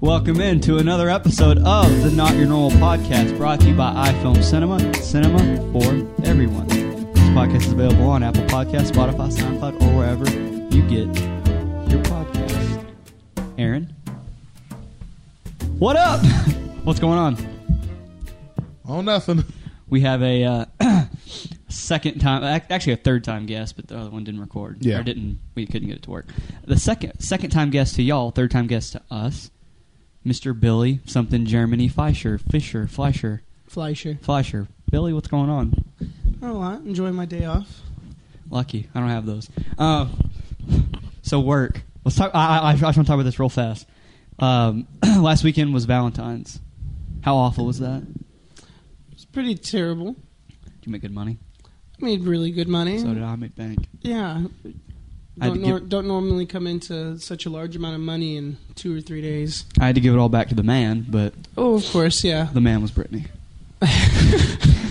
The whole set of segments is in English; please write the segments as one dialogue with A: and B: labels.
A: Welcome in to another episode of the Not Your Normal Podcast, brought to you by iFilm Cinema, cinema for everyone. This podcast is available on Apple Podcasts, Spotify, SoundCloud, or wherever you get your podcast. Aaron, what up? What's going on?
B: Oh, nothing.
A: We have a uh, second time, ac- actually a third time guest, but the other one didn't record.
B: Yeah.
A: or didn't we couldn't get it to work. The second second time guest to y'all, third time guest to us, Mr. Billy something Germany Fischer Fisher Fleischer
C: Fleischer.
A: Fleischer. Billy, what's going on?
C: Not a lot. Enjoying my day off.
A: Lucky I don't have those. Um, so work. Let's talk. I, I, I just want to talk about this real fast. Um, last weekend was Valentine's. How awful was that? Did
C: It's pretty terrible.
A: you make good money?
C: I made really good money.
A: So did I make bank.
C: yeah.
A: I had to
C: Don't, nor-
A: give-
C: don't normally come into such a large amount of money in two or three days.
A: I had to give it all back to the man, but
C: Oh, of course, yeah.
A: The man was Brittany.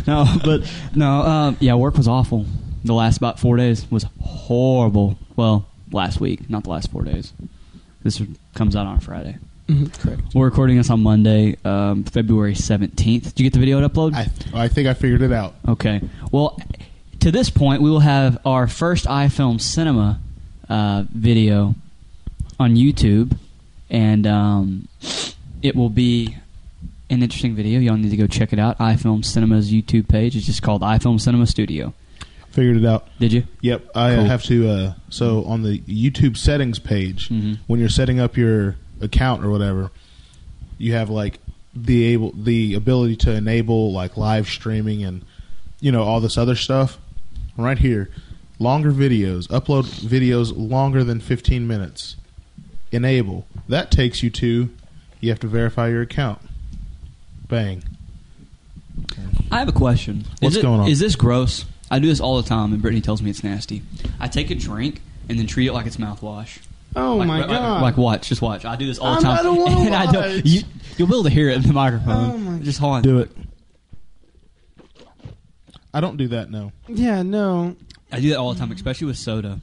A: no, but no, um, yeah, work was awful. The last about four days was horrible. Well, last week, not the last four days. This comes out on Friday.
C: Correct.
A: We're recording this on Monday, um, February seventeenth. Did you get the video to upload?
B: I oh, I think I figured it out.
A: okay. Well, to this point, we will have our first iFilm Cinema uh, video on YouTube, and um, it will be an interesting video. Y'all need to go check it out. iFilm Cinema's YouTube page. It's just called iFilm Cinema Studio.
B: Figured it out.
A: Did you?
B: Yep. I
A: Cool.
B: have to. Uh, so on the YouTube settings page,
A: Mhm.
B: when you're setting up your account or whatever, you have like the able the ability to enable like live streaming and you know all this other stuff. Right here, longer videos. Upload videos longer than 15 minutes. Enable. That takes you to. You have to verify your account. Bang.
A: I have a question.
B: What's
A: is it-
B: going on?
A: Is this gross? I do this all the time, and Brittany tells me it's nasty. I take a drink and then treat it like it's mouthwash.
C: Oh,
A: like,
C: my
A: like-
C: God.
A: Like, watch, just watch. I do this all the
C: I'm-
A: time.
C: I don't wanna
A: And I don't-
C: watch.
A: You, you'll be able to hear it in the microphone.
C: Oh my-
A: just hold on.
B: Do it. I don't do that. No.
C: yeah, no.
A: I do that all the time, especially with soda.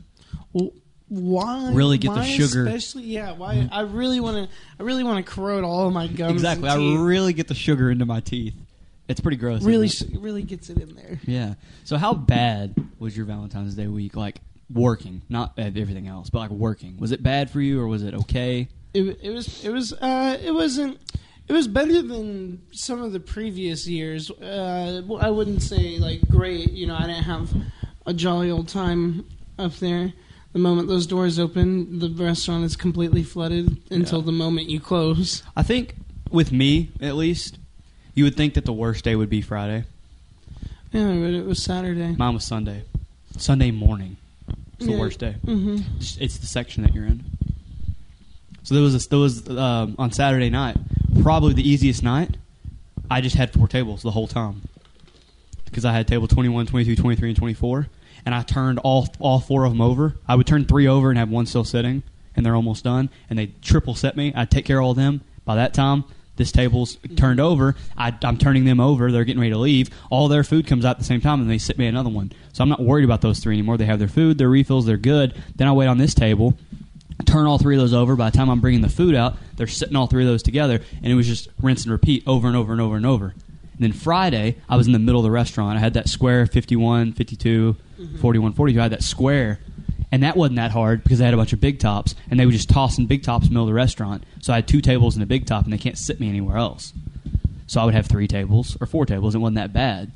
C: Well, why?
A: Really get the
C: why
A: sugar.
C: Especially, yeah. Why? I really want to. I really want to corrode all of my gums.
A: exactly. I
C: And teeth.
A: really get the sugar into my teeth. It's pretty gross.
C: really,
A: isn't it?
C: s- really gets it in there.
A: Yeah. So how bad was your Valentine's Day week? Like working, not uh, everything else, but like working. Was it bad for you, or was it okay?
C: it, it was it was uh, it wasn't it was better than some of the previous years. Uh, well, I wouldn't say like great. You know, I didn't have a jolly old time up there. The moment those doors open, the restaurant is completely flooded until
A: Yeah.
C: the moment you close.
A: I think with me at least, you would think that the worst day would be Friday.
C: Yeah, but it was Saturday.
A: Mine was Sunday. Sunday morning. It's the
C: Yeah.
A: worst day.
C: hmm
A: It's it's the section that you're in. So there was this, there was um, on Saturday night, probably the easiest night. I just had four tables the whole time because I had table 21, 22, 23, and 24, and I turned all all four of them over. I would turn three over and have one still sitting, and they're almost done, and they triple set me. I'd take care of all them. By that time, this table's turned over. I, I'm turning them over. They're getting ready to leave. All their food comes out at the same time, and they sit me another one. So I'm not worried about those three anymore. They have their food, their refills, they're good. Then I wait on this table. Turn all three of those over. By the time I'm bringing the food out, they're sitting all three of those together, and it was just rinse and repeat over and over and over and over. And then Friday, I was in the middle of the restaurant. I had that square 51, 52, 41, 42. I had that square. And that wasn't that hard because I had a bunch of big tops, and they were just tossing big tops in the middle of the restaurant. So I had two tables and a big top, and they can't sit me anywhere else. So I would have three tables or four tables. It wasn't that bad.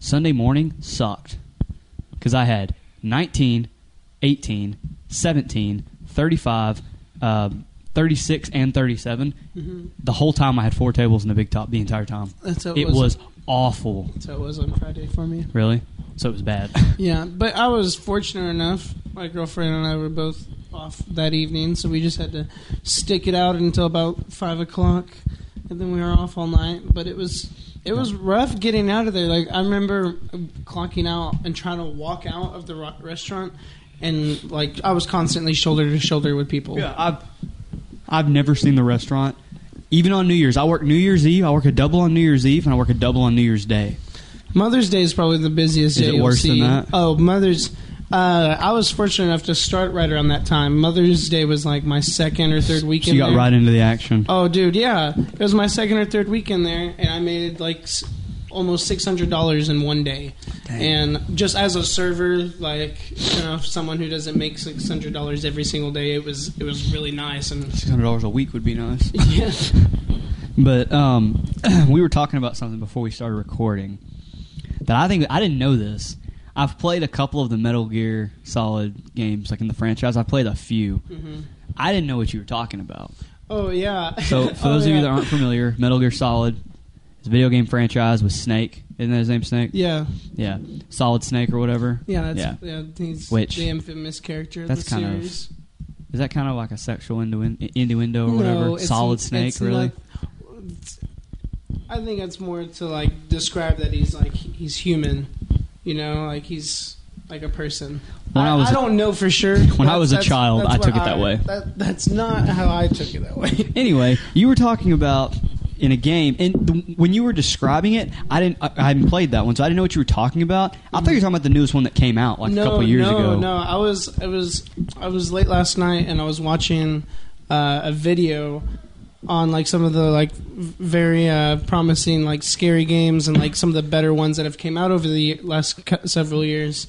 A: Sunday morning sucked because I had 19, 18, 17, 35, uh, 36, and 37. The whole time I had four tables and a big top the entire time.
C: That's how Mm-hmm. it
A: it was
C: was.
A: awful.
C: So it was on Friday for me.
A: Really? So it was bad.
C: Yeah, but I was fortunate enough. My girlfriend and I were both off that evening, so we just had to stick it out until about five o'clock, and then we were off all night. But it was it was rough getting out of there. Like I remember clocking out and trying to walk out of the ro- restaurant, and like I was constantly shoulder to shoulder with people.
A: yeah, I've I've never seen the restaurant. Even on New Year's, I work New Year's Eve. I work a double on New Year's Eve, and I work a double on New Year's Day.
C: Mother's Day is probably the busiest
A: Is
C: day
A: it
C: you'll
A: worse than
C: see.
A: that?
C: Oh, Mother's. Uh, I was fortunate enough to start right around that time. Mother's Day was like my second or third
A: So
C: weekend.
A: you got
C: there.
A: right into the action.
C: Oh, dude, yeah. It was my second or third weekend there, and I made like s- almost six hundred dollars in one day. And just as a server, like you know, someone who doesn't make six hundred dollars every single day, it was it was really nice. And Mm-hmm.
A: Six hundred dollars a week would be nice.
C: yeah,
A: But um, we were talking about something before we started recording that I think I didn't know this. I've played a couple of the Metal Gear Solid games, like in the franchise. I played a few. I didn't know what you were talking about.
C: oh yeah.
A: So, for
C: Oh,
A: those of
C: yeah.
A: you that aren't familiar, Metal Gear Solid is a video game franchise with Snake. Isn't that his name, Snake?
C: yeah,
A: Yeah. Solid Snake or whatever.
C: yeah, that's
A: Yeah.
C: yeah. he's
A: Which-
C: the infamous character. Of
A: That's
C: the
A: kind of
C: series.
A: Is that kind of like a sexual innuendo, innuendo or whatever?
C: No, it's-
A: Solid Snake,
C: it's
A: really?
C: not- it's- I think it's more to like describe that he's like he's human, you know, like he's like a person.
A: When
C: I,
A: I was-
C: I don't know for sure.
A: When I was a
C: That's- that's-
A: child,
C: that's
A: I took
C: what
A: it that
C: I-
A: way.
C: That, that's not how I took it that way.
A: anyway, you were talking about in a game, and the, when you were describing it, I didn't. I, I hadn't played that one, so I didn't know what you were talking about. I thought you were talking about the newest one that came out like a couple years
C: no,
A: ago.
C: No, I was I was I was late last night and I was watching uh, a video on like some of the like v- very uh, promising like scary games and like some of the better ones that have came out over the last cou- several years.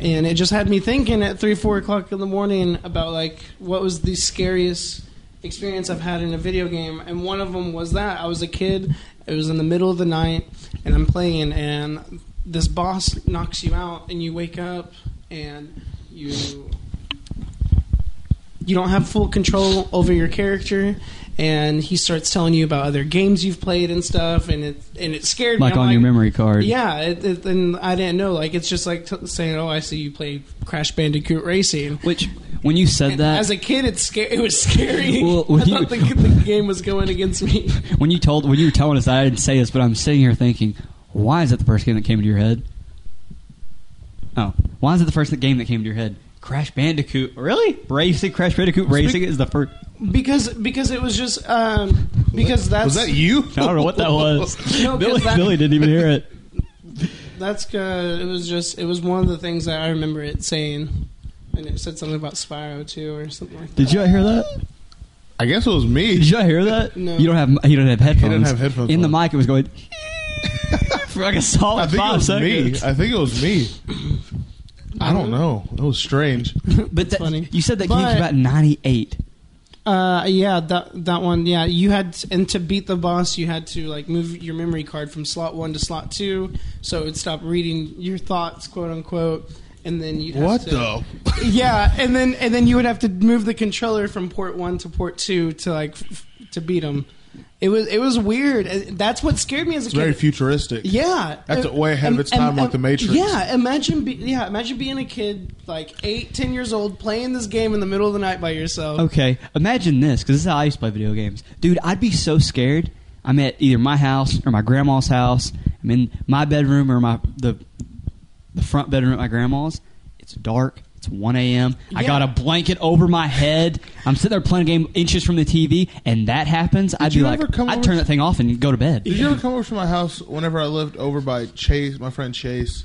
C: And it just had me thinking at three, four o'clock in the morning about like what was the scariest experience I've had in a video game, and one of them was that I was a kid. It was in the middle of the night, and I'm playing, and this boss knocks you out, and you wake up, and you you don't have full control over your character, and he starts telling you about other games you've played and stuff, and it and it scared
A: Like
C: me. I'm
A: on your memory card.
C: Yeah, it, it, and I didn't know. Like it's just like t- saying, "Oh, I see you played Crash Bandicoot Racing."
A: Which, when you said
C: And
A: that,
C: as a kid, it's sca- it was scary.
A: Well,
C: I
A: when you-
C: thought the, the game was going against me.
A: when you told, when you were telling us that, I didn't say this, but I'm sitting here thinking, why is that the first game that came to your head? Oh, why is it the first game that came to your head? Crash Bandicoot, really? Racing Crash Bandicoot Racing is the first.
C: Because because it was just um, because that's
B: Was that you?
A: I don't know what that was.
C: No, 'cause
A: Billy,
C: that-
A: Billy didn't even hear it.
C: that's uh, it was just it was one of the things that I remember it saying, and it said something about Spyro too or something like that.
A: Did you hear that?
B: I guess it was me.
A: Did y'all hear that?
C: No.
A: You don't have you don't have headphones.
B: have headphones
A: In the
B: on.
A: mic, it was going for like a solid
B: I think
A: five
B: it was
A: seconds.
B: me. I think it was me. I don't know. It was strange.
A: But that,
C: Funny.
A: you said that came
C: But-
A: about ninety eight.
C: Uh, yeah, that that one. Yeah, you had and to beat the boss, you had to like move your memory card from slot one to slot two, so it would stop reading your thoughts, quote unquote, and then you
B: What
C: to,
B: the?
C: yeah, and then and then you would have to move the controller from port one to port two to like f- to beat him. It was it was weird. Uh, That's what scared me as a
B: It's very
C: kid.
B: futuristic.
C: yeah,
B: That's
C: Uh,
B: way ahead of
C: um,
B: its time,
C: um,
B: like
C: um,
B: The Matrix.
C: Yeah, imagine be, yeah, imagine being a kid like eight, ten years old playing this game in the middle of the night by
B: Oh.
C: yourself.
A: Okay, imagine this because this is how I used to play video games, dude. I'd be so scared. I'm at either my house or my grandma's house. I'm in my bedroom or my the the front bedroom at my grandma's. It's dark. It's 1 a.m. I
C: Yeah.
A: got a blanket over my head. I'm sitting there playing a game inches from the TV, and that happens. I'd be
B: you
A: like,
B: ever come
A: I'd
B: over
A: turn
B: to-
A: that thing off and go to bed.
B: Did you ever come over to my house whenever I lived over by Chase, my friend Chase?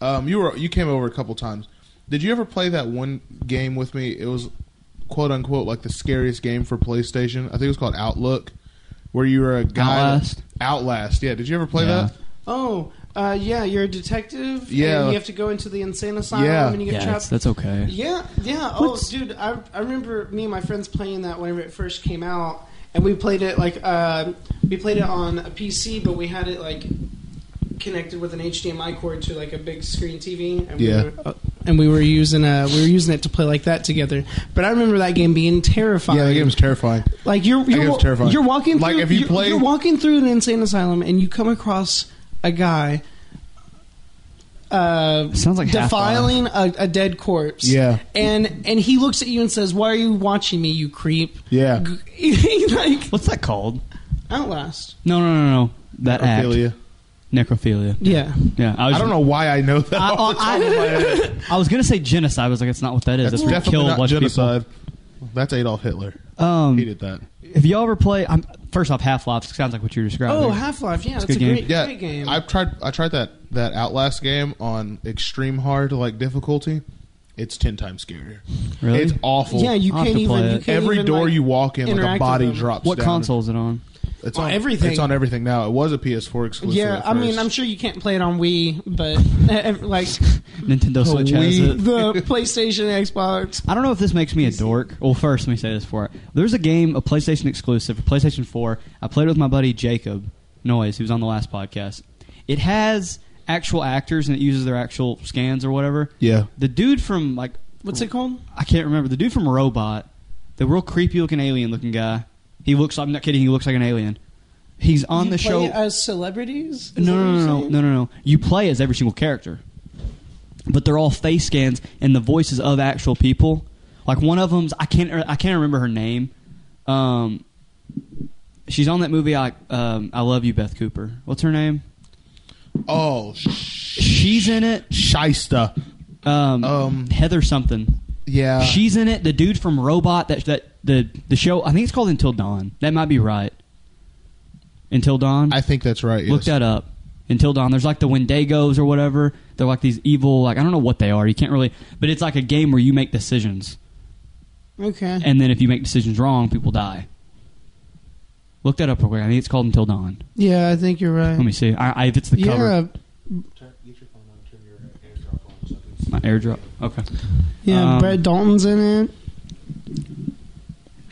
B: Um, you were you came over a couple times. Did you ever play that one game with me? It was quote unquote like the scariest game for PlayStation. I think it was called Outlook, where you were a guy
A: Outlast?
B: Outlast. Yeah. Did you ever play
A: Yeah.
B: that?
C: Oh, uh, yeah, you're a detective.
B: Yeah.
C: and you have to go into the insane asylum
B: Yeah.
C: and you get
A: Yeah,
C: trapped.
A: that's, that's okay.
C: Yeah, yeah. Oh, dude, I, I remember me and my friends playing that whenever it first came out, and we played it like uh, we played it on a PC, but we had it like connected with an HDMI cord to like a big screen TV, and
B: Yeah.
C: we were, uh, and we were using uh, we were using it to play like that together. But I remember that game being terrifying.
B: Yeah, that game was terrifying.
C: Like you're
B: That
C: you're,
B: game's
C: wa-
B: terrifying.
C: you're walking through,
B: Like, if you
C: you're,
B: play-
C: you're walking through an insane asylum and you come across a guy uh,
A: Sounds like half-life.
C: defiling a, a dead corpse.
B: Yeah.
C: and and he looks at you and says, "Why are you watching me, you creep?"
B: Yeah.
C: G- like
A: What's that called?
C: Outlast.
A: No, no, no, no. That necrophilia.
B: Ophelia.
A: necrophilia.
C: Yeah,
A: Yeah, I, was,
B: I don't know why I know that.
A: I,
B: off the top of my head.
A: I- I was gonna say genocide. I was like, it's not what that is. That's,
B: That's
A: where you
B: definitely
A: kill a
B: not
A: bunch of
B: genocide. That's Adolf Hitler.
A: people.
B: He
A: Um,
B: did that.
A: if y'all ever play, I'm, first off, Half Life sounds like what you're describing.
C: Oh, Half Life. Yeah, that's
A: good
C: a
A: game.
C: great,
B: Yeah,
C: great game.
B: I've tried. I tried that that Outlast game on extreme hard, like difficulty, it's ten times scarier.
A: Really?
B: It's awful.
C: Yeah, you
A: I'll have
C: can't
A: to play
C: even. You
A: it.
C: can't
B: Every
C: even,
B: door
C: like-
B: you walk in, like a
C: interact
B: body
C: with them.
B: drops.
A: what
B: down.
A: console is it on?
B: It's
C: On
B: on
C: everything.
B: It's on everything now. It was a PS4 exclusive.
C: Yeah,
B: at
C: I mean,
B: first.
C: I'm sure you can't play it on Wii, but eh, eh, like
A: Nintendo
B: Oh,
A: Switch has
B: we-
A: it.
C: the PlayStation, Xbox.
A: I don't know if this makes me a dork. Well, first, let me say this for it. There's a game, a PlayStation exclusive, a PlayStation 4. I played with my buddy Jacob Noyes, who was on the last podcast. It has actual actors and it uses their actual scans or whatever.
B: Yeah,
A: The dude from, like,
C: What's it called?
A: I can't remember. The dude from Robot, the real creepy looking alien looking guy. He looks, I'm not kidding, he looks like an alien. He's on
C: You
A: the
C: play
A: show.
C: it as celebrities. Is
A: No,
C: that
A: no,
C: what you're
A: no, no,
C: saying?
A: no, no, no. You play as every single character, but they're all face scans and the voices of actual people. Like one of them's I can't I can't remember her name. Um, she's on that movie. I um, I love you, Beth Cooper. What's her name?
B: Oh, sh-
A: She's in it.
B: shysta.
A: Um,
B: Um,
A: Heather something.
B: Yeah,
A: she's in it. The dude from Robot that that the the show. I think it's called Until Dawn. That might be right. Until Dawn.
B: I think that's right.
A: Look
B: yes.
A: that up. Until Dawn. There's like the Wendigos or whatever. They're like these evil, like I don't know what they are. You can't really, but it's like a game where you make decisions,
C: Okay.
A: and then if you make decisions wrong, people die. Look that up real quick. I think it's called Until Dawn.
C: Yeah, I think you're right.
A: Let me see. I, I, if it's the
C: yeah, uh,
A: cover, my airdrop. Okay.
C: yeah.
A: Um,
C: Brett Dalton's in it.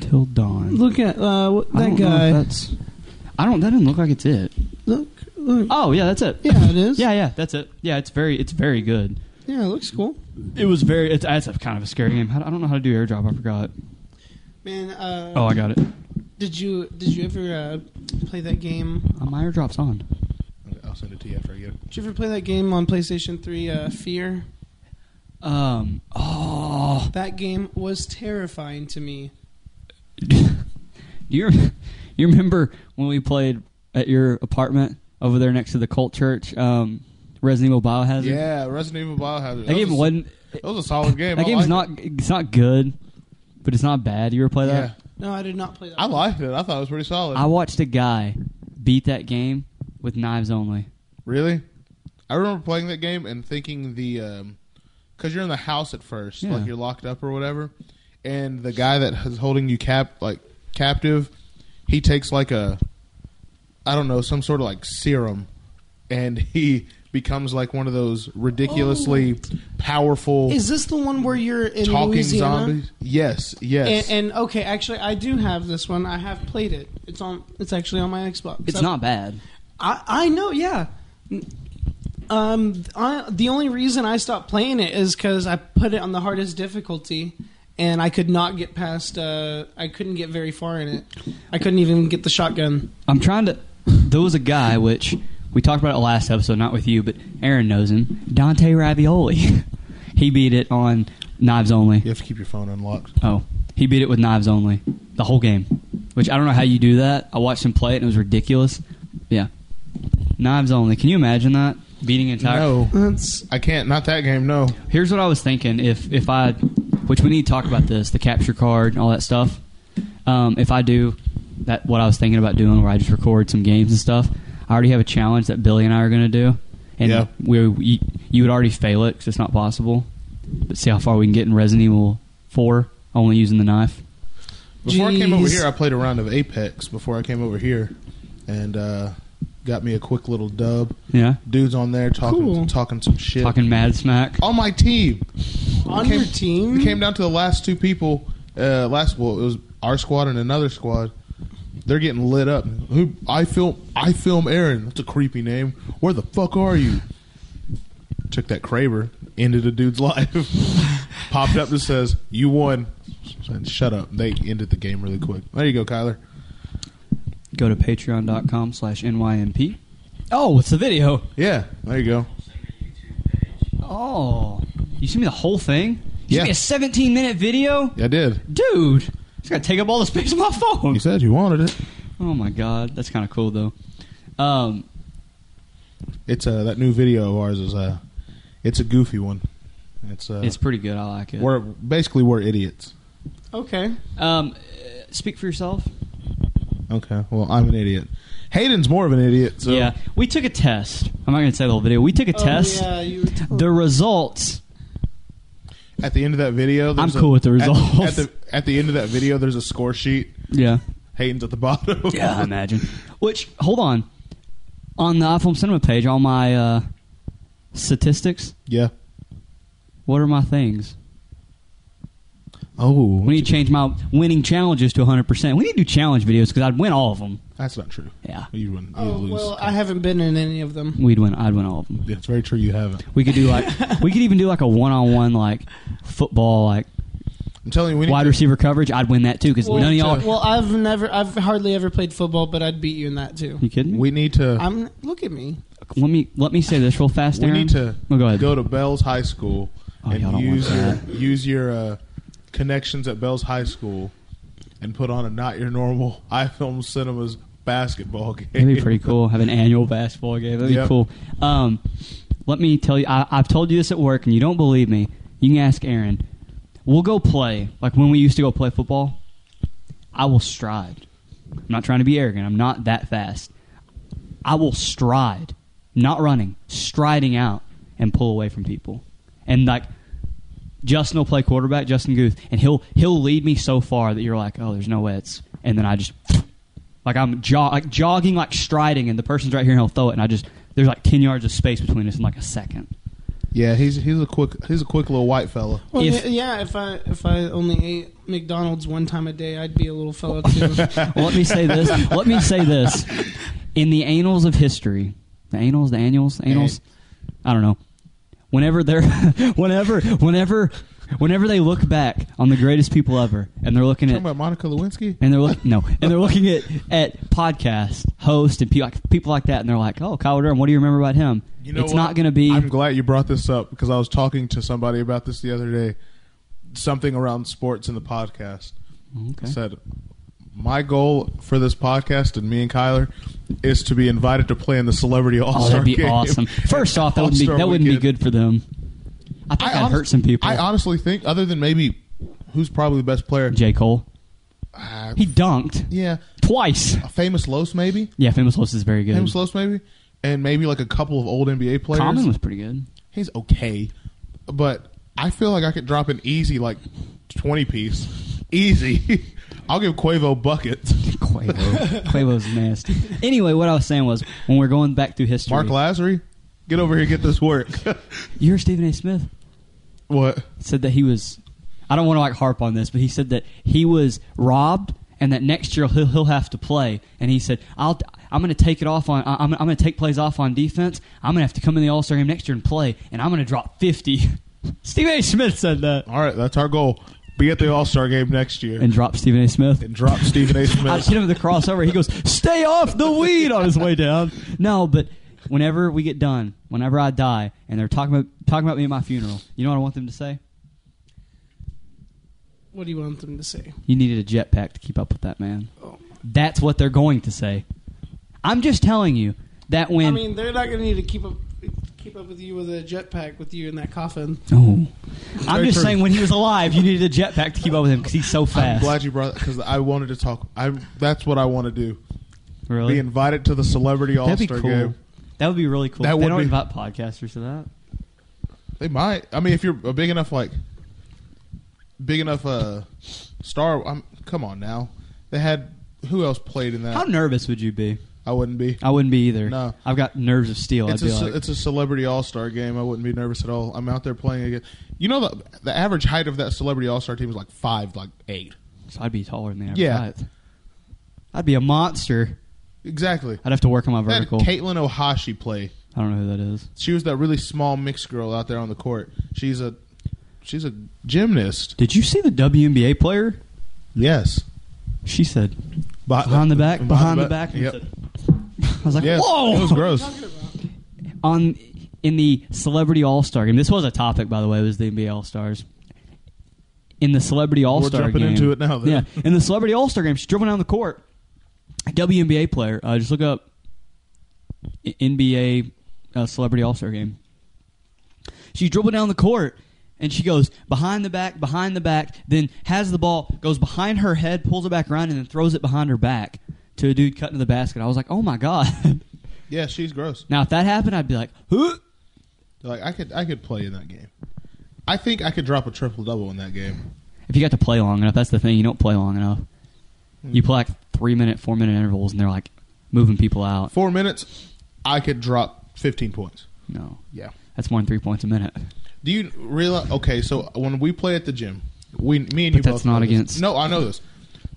A: Till Dawn.
C: Look at uh, what-
A: I
C: that
A: don't know if
C: guy.
A: that's. I don't. That doesn't look like it's it.
C: Look, look.
A: Oh yeah, that's it.
C: Yeah, it is.
A: Yeah, yeah, that's it. Yeah, it's very, it's very good.
C: yeah. It looks cool.
A: It was very. It's, that's a kind of a scary game. I don't know how to do airdrop. I forgot.
C: Man, uh,
A: Oh, I got it.
C: did you did you ever uh, play that game?
A: Uh, My airdrop's on.
B: I'll send it to you after I get it.
C: Did you ever play that game on PlayStation Three? Uh, Fear.
A: Um. Oh.
C: That game was terrifying to me.
A: do you rem- you remember when we played at your apartment over there next to the cult church? Um, Resident Evil Biohazard.
B: Yeah, Resident Evil Biohazard.
A: that game
B: was,
A: wasn't.
B: that was a solid game.
A: That
B: I
A: game's
B: liked
A: not. It's not good, but it's not bad. You ever play
B: It.
A: that?
B: Yeah,
C: No, I did not play that.
B: I liked it. I thought it was pretty solid.
A: I watched a guy beat that game with knives only.
B: Really? I remember playing that game and thinking the um cuz you're in the house at first,
A: Yeah.
B: like you're locked up or whatever, and the guy that is holding you cap like captive, he takes like a I don't know, some sort of like serum and he becomes like one of those ridiculously powerful
C: Oh, Is this the one where you're in
B: talking
C: Louisiana?
B: zombies. Yes, yes.
C: And, and okay, actually, I do have this one. I have played it. It's on. It's actually on my Xbox.
A: It's
C: I-
A: not bad.
C: I I know. Yeah. Um. I, the only reason I stopped playing it is because I put it on the hardest difficulty, and I could not get past. Uh, I couldn't get very far in it. I couldn't even get the shotgun.
A: I'm trying to. There was a guy which we talked about it last episode, not with you, but Aaron knows him. Dante Ravioli. he beat it on knives only.
B: you have to keep your phone unlocked.
A: Oh, he beat it with knives only the whole game, which I don't know how you do that. I watched him play it and it was ridiculous. Yeah, knives only. Can you imagine that beating entire?
B: No.
C: That's
B: I can't. Not that game, no.
A: Here's what I was thinking. If if I, which we need to talk about this, the capture card and all that stuff. Um, if I do that, what I was thinking about doing, where I just record some games and stuff. I already have a challenge that Billy and I are going to do, and
B: Yeah.
A: we, we you would already fail it because it's not possible. But see how far we can get in Resident Evil Four, only using the knife.
B: Before I came over
C: Jeez.
B: here, I played a round of Apex. Before I came over here, and uh, got me a quick little dub.
A: Yeah.
B: Dudes on there talking
C: Cool.
B: talking some shit.
A: Talking mad smack.
B: on my team.
C: on
B: Came-
C: your team.
B: We came down to the last two people. Uh, last well, it was our squad and another squad. They're getting lit up. Who I film? I film Aaron. That's a creepy name. Where the fuck are you? Took that Kraber, ended a dude's life. Popped up and says, "You won." And shut up. They ended the game really quick. There you go, Kyler.
A: Go to patreon.com slash NYMP. Oh, it's the video.
B: Yeah, there you go.
A: Oh. You sent me the whole thing? You
B: Yeah.
A: sent me a 17 minute video?
B: I did.
A: Dude. It's going to take up all the space on my phone.
B: You said you wanted it.
A: Oh my God. That's kind of cool, though. Um,
B: It's uh, that new video of ours is uh, it's a goofy one. It's uh,
A: it's pretty good. I like it.
B: we're basically we're idiots.
C: Okay.
A: Um, uh, speak for yourself.
B: Okay, well I'm an idiot. Hayden's more of an idiot. So
A: yeah. We took a test. I'm not going to say the whole video. We took a test.
C: Oh, yeah, you were t-
A: The results
B: At the end of that video, there's
A: I'm cool with the
B: at- At,
A: results.
B: the, at the end of that video, there's a score sheet.
A: Yeah.
B: Hayden's at the bottom.
A: Yeah, I imagine. Which hold on, on the iPhone Cinema page, all my uh, statistics.
B: yeah.
A: What are my things?
B: Oh,
A: We need to change my winning challenges to 100. percent We need to do challenge videos because I'd win all of them.
B: that's not true.
A: Yeah,
B: You wouldn't. You'd
C: Oh
B: lose.
C: well, I haven't been in any of them.
A: we'd win. I'd win all of them.
B: Yeah, it's very true. You haven't.
A: We could do like we could even do like a one-on-one like football like
B: I'm telling you, we need
A: wide
B: to-
A: receiver coverage. I'd win that too because
C: Well,
A: none of y'all.
C: well, I've never, I've hardly ever played football, but I'd beat you in that too.
A: you kidding me?
B: We need to.
C: I'm look at me.
A: let me let me say this real fast.
B: we
A: Aaron.
B: need to
A: No, go ahead.
B: to Bell's High School
A: Oh, y'all
B: and
A: don't
B: use your
A: want
B: use your uh, connections at Bell's High School and put on a not your normal iFilm Cinemas basketball game.
A: That'd be pretty cool. Have an annual basketball game. That'd be
B: Yep.
A: cool. Um, let me tell you, I, I've told you this at work, and you don't believe me. You can ask Aaron. We'll go play like when we used to go play football. I will stride. I'm not trying to be arrogant. I'm not that fast. I will stride, not running, striding out and pull away from people. And like Justin will play quarterback, Justin Guth, and he'll he'll lead me so far that you're like, oh, there's no way it's, and then I just like I'm jog like jogging, like striding, and the person's right here, and he'll throw it, and I just there's like ten yards of space between us in like a second.
B: Yeah, he's he's a quick he's a quick little white fella.
C: Well,
A: If-
C: yeah, yeah, if I if I only ate McDonald's one time a day, I'd be a little fellow too.
A: Well, let me say this. let me say this. In the annals of history, the annals, the annuals, annals. I don't know. Whenever they're, whenever, whenever, whenever they look back on the greatest people ever, and they're looking
B: Talking
A: at
B: about Monica Lewinsky.
A: and they're look, no, and they're looking at at podcast hosts and people like people like that, and they're like, "Oh, Kyle Durham, what do you remember about him?" it's
B: what?
A: not going to be.
B: I'm glad you brought this up because I was talking to somebody about this the other day. Something around sports in the podcast.
A: okay.
B: said, "My goal for this podcast and me and Kyler is to be invited to play in the Celebrity All Star
A: Oh, that'd be awesome. First off, that wouldn't be that wouldn't be good for them. I think that
B: honest-
A: hurt some people.
B: I honestly think, other than maybe who's probably the best player,
A: J. Cole,
B: uh,
A: he dunked
B: yeah,
A: twice.
B: a famous Los maybe,
A: Yeah, Famous Los is very good.
B: famous Los maybe, and maybe like a couple of old NBA players.
A: Common was pretty good.
B: He's okay, but I feel like I could drop an easy like twenty piece, easy. I'll give Quavo buckets.
A: Quavo, Quavo's nasty. Anyway, what I was saying was when we're going back through history,
B: Mark Lazary, get over here, get this work.
A: you heard Stephen A. Smith
B: what?
A: said that he was. I don't want to like harp on this, but he said that he was robbed and that next year he'll, he'll have to play. And he said, "I'll I'm going to take it off on I- I'm, I'm going to take plays off on defense. I'm going to have to come in the All Star game next year and play, and I'm going to drop 50." Stephen A. Smith said that
B: All right, that's our goal. Be at the All Star game next year and,
A: and drop Stephen A. Smith.
B: drop Stephen A.
A: I
B: Smith.
A: hit him with the crossover. He goes, "Stay off the weed" on his way down. No, but whenever we get done, whenever I die, and they're talking about talking about me at my funeral, you know what I want them to say?
C: what do you want them to say?
A: You needed a jetpack to keep up with that man. That's what they're going to say. I'm just telling you that when
C: I mean, they're not going to need to keep up keep up with you with a jetpack with you in that coffin.
A: oh, I'm just
B: true.
A: saying when he was alive, you needed a jetpack to keep up with him because he's so
B: I'm
A: fast.
B: glad you brought because I wanted to talk. I that's what I want to do.
A: really,
B: Be invited to the Celebrity All
A: that'd be
B: Star
A: cool.
B: game.
A: That would be really cool.
B: That
A: they
B: would
A: don't
B: be-
A: invite podcasters to that.
B: They might. I mean, if you're a big enough like big enough uh star, I'm, come on now. They had who else played in that?
A: How nervous would you be?
B: I wouldn't be.
A: I wouldn't be either.
B: No.
A: I've got nerves of steel.
B: It's
A: I'd
B: a
A: be
B: ce-
A: like,
B: it's a Celebrity All Star game. I wouldn't be nervous at all. I'm out there playing again. You know the the average height of that Celebrity All Star team is like five, like eight.
A: So I'd be taller than the average
B: Yeah.
A: height. I'd be a monster.
B: Exactly.
A: I'd have to work on my
B: They had
A: vertical. I
B: Caitlin Ohashi play.
A: don't know who that is.
B: She was that really small mixed girl out there on the court. She's a she's a gymnast.
A: Did you see the WNBA player?
B: Yes.
A: She said
B: But-
A: behind the back, behind the back. and
B: Yep.
A: said- I was like,
B: Yeah.
A: whoa!
B: It was gross.
A: on in the celebrity all star game. This was a topic, by the way. It was the NBA All Stars. In the celebrity all star game,
B: jumping into it now, then.
A: Yeah, in the celebrity all star game, she's dribbling down the court. WNBA player, uh, just look up I- NBA uh, celebrity all star game. She's dribbling down the court. And she goes behind the back, behind the back, then has the ball, goes behind her head, pulls it back around, and then throws it behind her back to a dude cutting to the basket. I was like, oh my God.
B: Yeah, she's gross.
A: now, if that happened, I'd be like, huh?
B: Like I could I could play in that game. I think I could drop a triple double in that game.
A: If you got to play long enough, that's the thing. You don't play long enough.
B: Mm-hmm.
A: You play like three minute, four minute intervals, and they're like moving people out.
B: Four minutes, I could drop fifteen points.
A: No,
B: Yeah.
A: that's more than three points a minute.
B: Do you realize? Okay, so when we play at the gym, we, me and
A: But
B: you
A: that's
B: both know
A: not
B: this.
A: against-
B: No, I know this.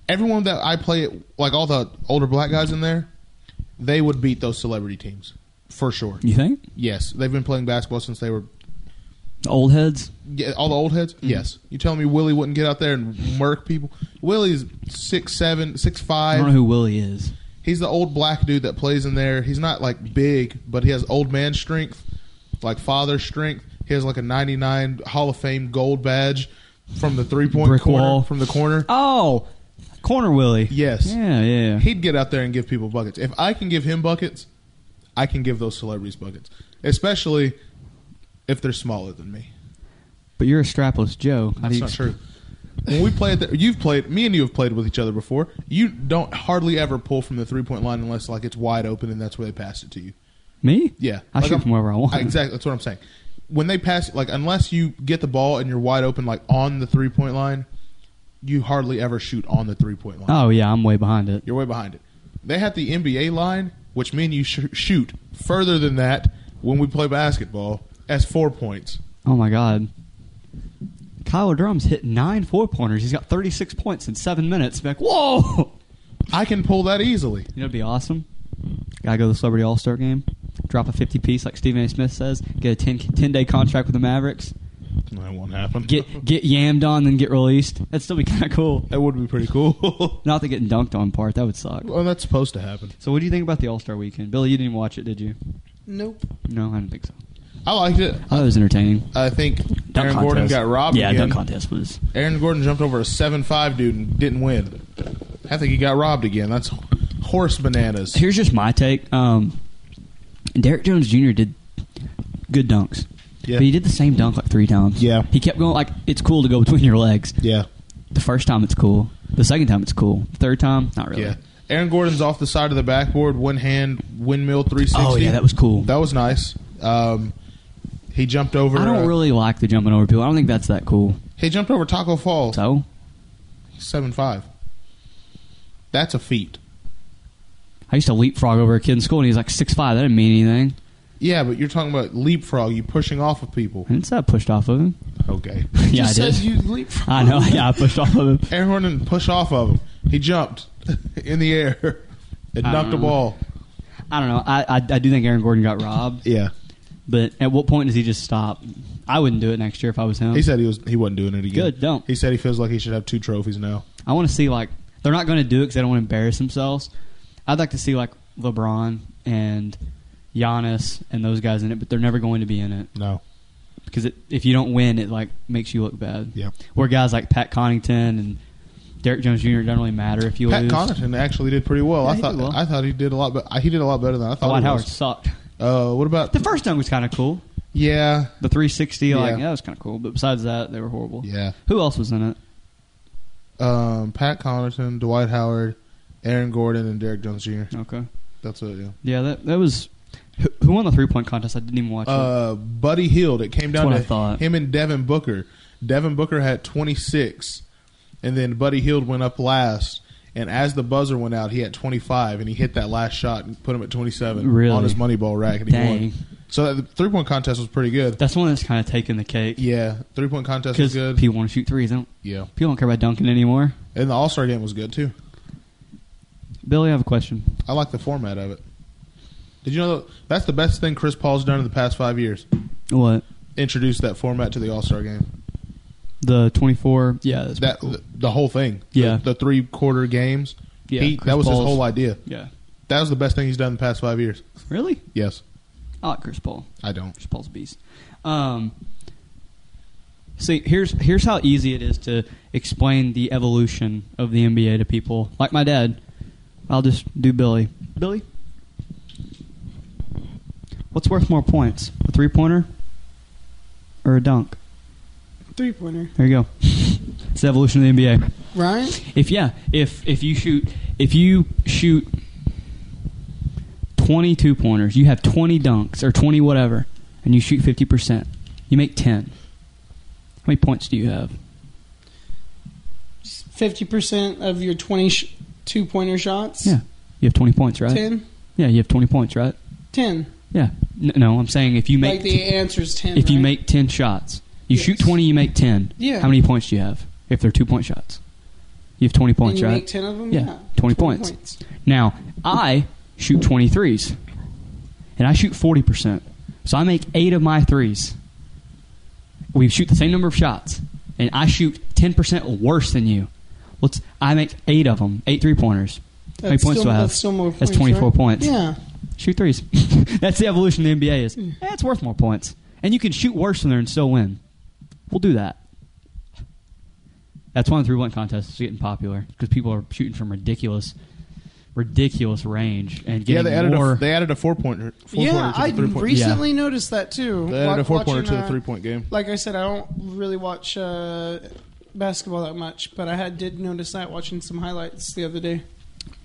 B: Everyone that I play, like all the older black guys in there, they would beat those celebrity teams for sure.
A: You think
B: Yes, they've been playing basketball since they were
A: the old heads?
B: yeah, all the old heads.
A: Mm-hmm.
B: Yes, you telling me Willie wouldn't get out there and murk people? Willie's six seven, six
A: I
B: five.
A: don't know who Willie is.
B: He's the old black dude that plays in there. He's not like big, but he has old man strength, like father strength. He has like a 99 Hall of Fame gold badge from the three point
A: Brick
B: corner
A: wall.
B: from the corner.
A: Oh, corner Willie.
B: Yes.
A: Yeah, yeah.
B: He'd get out there and give people buckets. If I can give him buckets, I can give those celebrities buckets, especially if they're smaller than me.
A: but you're a strapless Joe. How do
B: That's
A: you
B: not
A: ex-
B: true. When we played, the, you've played. Me and you have played with each other before. You don't hardly ever pull from the three point line unless like it's wide open and that's where they pass it to you.
A: Me?
B: Yeah,
A: I
B: Like,
A: shoot
B: I'm-
A: from wherever I want.
B: Exactly, that's what I'm saying. When they pass, like unless you get the ball and you're wide open, like on the three point line, you hardly ever shoot on the three point line.
A: Oh yeah, I'm way behind it.
B: You're way behind it. They have the NBA line, which mean you sh- shoot further than that when we play basketball as four points.
A: Oh my god. Kyle Drums hit nine four pointers. He's got 36 points in seven minutes. Be like, whoa!
B: I can pull that easily.
A: You know, it'd be awesome. Gotta go to the Celebrity All Star game, drop a 50 piece like Stephen A. Smith says, get a 10, 10 day contract with the Mavericks,
B: That won't happen.
A: get get yammed on, then get released. That'd still be kind of cool.
B: that would be pretty cool.
A: Not the getting dunked on part, that would suck.
B: well, that's supposed to happen.
A: So, what do you think about the All Star weekend? Billy, you didn't watch it, did you?
C: Nope.
A: No, I don't think so.
B: I liked it.
A: I thought it was entertaining.
B: I think
A: Dunk
B: Aaron
A: contest.
B: Gordon got robbed.
A: Yeah,
B: again.
A: dunk contest was.
B: Aaron Gordon jumped over a seven-five dude and didn't win. I think he got robbed again. That's horse bananas.
A: Here's just my take. Um, Derek Jones Jr. did good dunks,
B: Yeah.
A: but he did the same dunk like three times.
B: Yeah.
A: he kept going. Like it's cool to go between your legs.
B: Yeah,
A: The first time it's cool. The second time it's cool. Third time, not really.
B: yeah. Aaron Gordon's off the side of the backboard, one hand windmill three sixty.
A: Oh yeah, that was cool.
B: that was nice. Um, he jumped over.
A: I don't
B: uh,
A: really like the jumping over people. I don't think that's that cool.
B: He jumped over Taco Fall
A: So
B: seven five. That's a feat.
A: I used to leapfrog over a kid in school, and he's like six five. That didn't mean anything.
B: Yeah, but you're talking about leapfrog. You pushing off of people.
A: And it's uh, pushed off of him.
B: Okay.
A: yeah, I
C: Just
A: did.
C: says you leap from
A: I know. Yeah, I pushed off of him.
B: Aaron Gordon didn't push off of him. He jumped in the air and
A: I
B: dunked
A: don't
B: the
A: know.
B: ball.
A: I don't know. I, I I do think Aaron Gordon got robbed,
B: Yeah.
A: but at what point does he just stop? I wouldn't do it next year if I was him.
B: He said he was he wasn't doing it again.
A: Good, don't.
B: He said he feels like he should have two trophies now.
A: I want to see like they're not going to do it because they don't want to embarrass themselves. I'd like to see like LeBron and Giannis and those guys in it, but they're never going to be in it
B: No.
A: because it, if you don't win, it like makes you look bad.
B: Yeah.
A: Where guys like Pat Connington and Derek Jones Jr. don't really matter if you
B: Pat
A: lose.
B: Connaughton actually did pretty well.
A: Yeah,
B: I
A: he
B: thought
A: did well.
B: I thought he did a lot, but uh, he did a lot better than I thought.
A: Dwight
B: he
A: Howard
B: was.
A: sucked.
B: Uh, what about
A: The first dunk was kind of cool.
B: yeah
A: The 360, like
B: Yeah.
A: yeah, that was kind of cool. But besides that, they were horrible.
B: yeah
A: Who else was in it?
B: um, Pat Connaughton, Dwight Howard, Aaron Gordon, and Derek Jones Jr.
A: Okay.
B: That's it. Yeah.
A: Yeah, that that was. Who, who won the three point contest? I didn't even watch it.
B: Uh, Buddy Hield. It came down
A: what I
B: to
A: thought.
B: him and Devin Booker. Devin Booker had 26, and then Buddy Hield went up last. And as the buzzer went out, he had 25, and he hit that last shot and put him at 27
A: Really?
B: on his money ball rack, and he
A: Dang.
B: won. So uh, the three point contest was pretty good.
A: That's the one that's kind of taking the cake.
B: Yeah, three point contest
A: Because
B: was good.
A: people want to shoot threes. They don't,
B: yeah,
A: people don't care about dunking anymore.
B: and the All Star game was good too.
A: Billy, I have a question.
B: I like the format of it. Did you know that- that's the best thing Chris Paul's done in the past five years?
A: What
B: Introduced that format to the All Star game.
A: the twenty-four? Yeah, that's
B: That the, the whole thing.
A: Yeah.
B: the, the three quarter games.
A: yeah.
B: He-
A: Chris
B: that was his
A: Paul's-
B: whole idea.
A: Yeah,
B: That was the best thing he's done in the past five years.
A: really?
B: Yes,
A: I like Chris Paul.
B: I don't.
A: Chris Paul's a beast. Um, see, here's here's how easy it is to explain the evolution of the NBA to people. Like my dad, I'll just do Billy. Billy, what's worth more points, a three-pointer or a dunk?
C: three pointer.
A: There you go. It's the evolution of the NBA.
C: Ryan?
A: If yeah, if if you shoot if you shoot twenty two pointers, you have twenty dunks or twenty whatever, and you shoot fifty percent, you make ten. How many points do you have?
C: Fifty percent of your twenty sh- two pointer shots.
A: Yeah, you have twenty points, right?
C: Ten.
A: Yeah, you have twenty points, right?
C: Ten.
A: Yeah. N- no, I'm saying if you make
C: like the answer is ten.
A: if you
C: right?
A: make ten shots, you shoot
C: Yes.
A: twenty, you make ten.
C: yeah,
A: How many points do you have? If they're two point shots, you have twenty
C: and
A: points,
C: you
A: right?
C: make ten of them.
A: Yeah, 20 points. Now, I shoot 23s and I shoot 40%. So I make eight of my threes. We shoot the same number of shots and I shoot 10% worse than you. Let's, I make eight of them, eight three pointers.
C: That's
A: many points
C: still,
A: do I have?
C: That's still more.
A: That's
C: points,
A: 24
C: right?
A: points.
C: Yeah,
A: Shoot threes. That's the evolution of the NBA is. eh, it's worth more points. And you can shoot worse than there and still win. We'll do that. That's why the three point contest is getting popular because people are shooting from ridiculous, ridiculous range and
B: Yeah,
A: getting
B: they added
A: more.
B: a they added a four pointer. Four
C: yeah.
B: pointer to
C: I
B: the three point.
C: recently noticed that too.
B: They added a
C: Wa-
B: four pointer
C: watching,
B: to the
C: uh,
B: three point game.
C: Like I said, I don't really watch uh, basketball that much, but I had, did notice that watching some highlights the other day.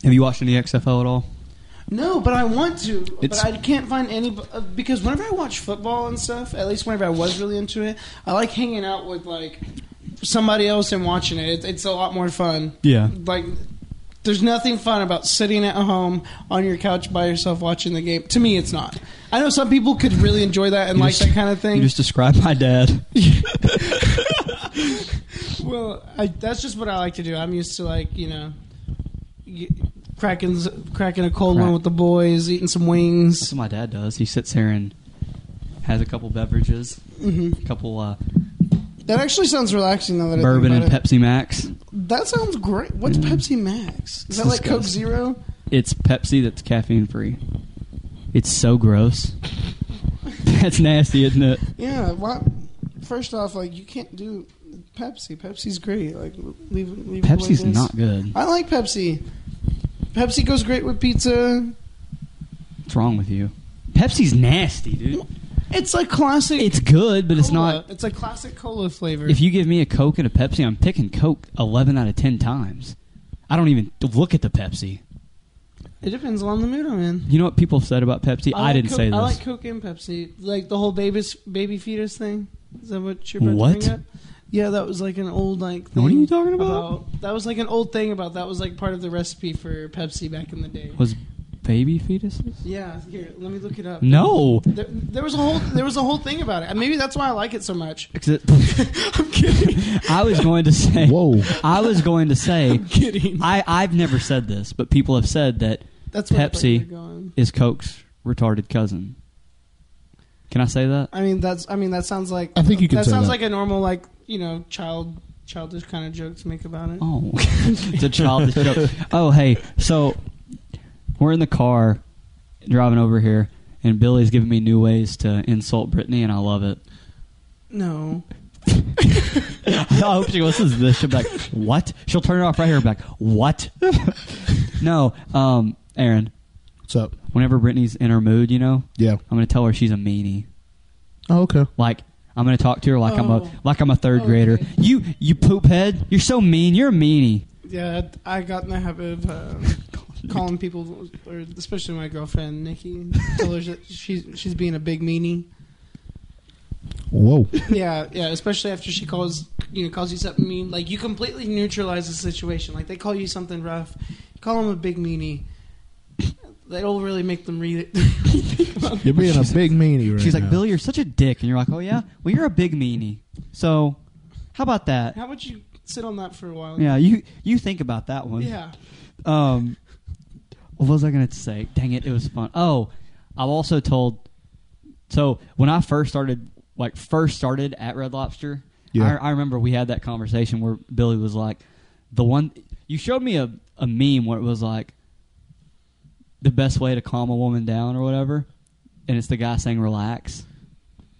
A: Have you watched any XFL at all?
C: No, but I want to.
A: It's-
C: but I can't find any uh, because whenever I watch football and stuff, at least whenever I was really into it, I like hanging out with like somebody else and watching it. It's, it's a lot more fun.
A: Yeah.
C: Like, there's nothing fun about sitting at home on your couch by yourself watching the game. To me, it's not. I know some people could really enjoy that and
A: You
C: like
A: just-
C: that kind of
A: You
C: thing.
A: just described my dad.
C: well, I, that's just what I like to do. I'm used to like you know. y cracking cracking a cold
A: Crack.
C: one with the boys, eating some
A: That's
C: wings.
A: what my dad does. He sits there and has a couple beverages,
C: hmm
A: a couple uh,
C: That actually sounds relaxing now that
A: bourbon
C: I
A: and
C: think about it.
A: Pepsi Max.
C: That sounds great. What's Pepsi Max? Is that like Coke
A: disgusting.
C: Zero?
A: It's Pepsi that's caffeine free. It's so gross. That's nasty, isn't it?
C: Yeah. Why, first off, like you can't do Pepsi. Pepsi's great. Like leave leave. it the way
A: Pepsi's
C: it is.
A: not good.
C: I like Pepsi. Pepsi goes great with pizza.
A: What's wrong with you? Pepsi's nasty, dude.
C: It's like classic.
A: It's good, but it's
C: cola.
A: not.
C: It's like classic cola flavor.
A: If you give me a Coke and a Pepsi, I'm picking Coke 11 out of 10 times. I don't even look at the Pepsi.
C: it depends on the mood I'm in.
A: You know what people said about Pepsi? I,
C: like
A: didn't
C: Coke-
A: say this.
C: I like Coke and Pepsi. Like the whole baby baby fetus thing. Is that what you're about
A: What?
C: to bring up? Yeah, that was like an old like. Thing
A: what are you talking about?
C: about that was like an old thing about that was like part of the recipe for Pepsi back in the day.
A: Was baby fetuses?
C: Yeah, here, let me look it up.
A: No.
C: There, there was a whole there was a whole thing about it. And Maybe that's why I like it so much.
A: Except-
C: I'm kidding.
A: I was going to say.
B: Whoa.
A: I was going to say.
C: I'm kidding.
A: I, I've never said this, but people have said that
C: That's where
A: Pepsi.
C: they're going.
A: is Coke's retarded cousin. Can I say that?
C: I mean, that's I mean that sounds like
B: I think you can
C: that
B: say
C: sounds
B: that.
C: like a normal like you know child childish kind of joke to make about it.
A: Oh, it's a childish joke. Oh, hey, so we're in the car driving over here, and Billy's giving me new ways to insult Brittany, and I love it.
C: No,
A: I hope she listens to this. She'll be like, "What?" She'll turn it off right here. and be Like, "What?" no, um, Aaron.
B: What's up?
A: Whenever Brittany's in her mood, you know,
B: Yeah.
A: I'm gonna tell her she's a meanie.
B: Oh, okay.
A: Like I'm gonna talk to her like I'm a
C: Oh.
A: like I'm a third
C: Okay.
A: grader. You you poop head. You're so mean. You're a meanie.
C: yeah, I got in the habit of um, calling people, or especially my girlfriend Nikki, tell her that she's she's being a big meanie.
B: Whoa.
C: yeah, yeah. Especially after she calls, you know, calls you something mean. Like you completely neutralize the situation. Like they call you something rough, you call them a big meanie. That'll really make them read it. Think about
B: You're
C: it.
B: being
A: She's-
B: a big meanie right
A: She's like,
B: now.
A: Billy, you're such a dick, and you're like, oh yeah. Well, you're a big meanie. So how about that?
C: How about you sit on that for a while?
A: Yeah, you you think about that one.
C: Yeah.
A: Um, what was I gonna say? Dang it, it was fun. Oh, I've also told. So when I first started, like first started at Red Lobster,
B: Yeah.
A: I, I remember we had that conversation where Billy was like, "The one you showed me a a meme where it was like the best way to calm a woman down or whatever, and it's the guy saying relax.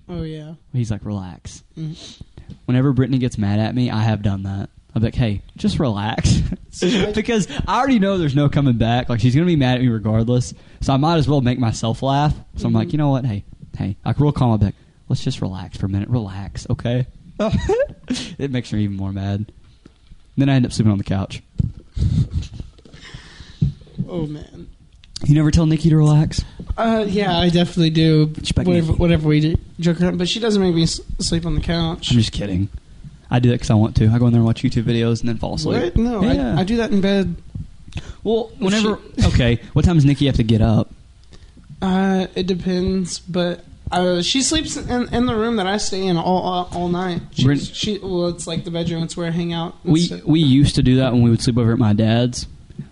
C: Oh yeah.
A: He's like relax.
C: Mhm.
A: Whenever Brittany gets mad at me, I have done that. I'm like, hey, just relax.
C: So I-
A: because I already know there's no coming back. Like she's gonna be mad at me regardless. So I might as well make myself laugh. So I'm like,
C: Mhm.
A: you know what? Hey, hey, I can real calm. I'm like, let's just relax for a minute. Relax, okay? it makes her even more mad. Then I end up sleeping on the couch.
C: Oh man.
A: You never tell Nikki to relax.
C: Uh, yeah, I definitely do.
A: She's back in
C: Whatever,
A: Nikki.
C: whatever we do, joke around, but she doesn't make me s- sleep on the couch.
A: I'm just kidding. I do that because I want to. I go in there and watch YouTube videos and then fall asleep.
C: What? No,
A: Yeah.
C: I, I do that in bed.
A: Well, whenever. okay, what time does Nikki have to get up?
C: Uh, it depends, but uh, she sleeps in, in the room that I stay in all all, all night. She,
A: We're-
C: she well, it's like the bedroom. It's where I hang out. and
A: We
C: stuff.
A: we used to do that when we would sleep over at my dad's,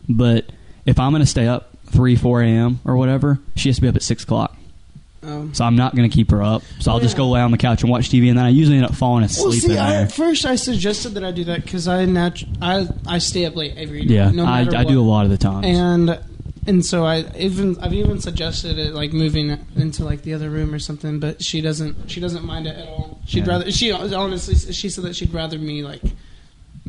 A: but if I'm gonna stay up three four a.m. or whatever, she has to be up at six o'clock.
C: Um,
A: So I'm not gonna keep her up. So I'll just go lay on the couch and watch TV, and then I usually end up falling asleep.
C: well, see,
A: in
C: I,
A: there.
C: at first I suggested that I do that because I natu- I I stay up late every night.
A: Yeah,
C: no
A: I,
C: matter
A: I do a
C: what.
A: lot of the times.
C: And and so I even I've even suggested it like moving into like the other room or something, but she doesn't she doesn't mind it at all. She'd
A: Yeah.
C: rather she honestly she said that she'd rather me like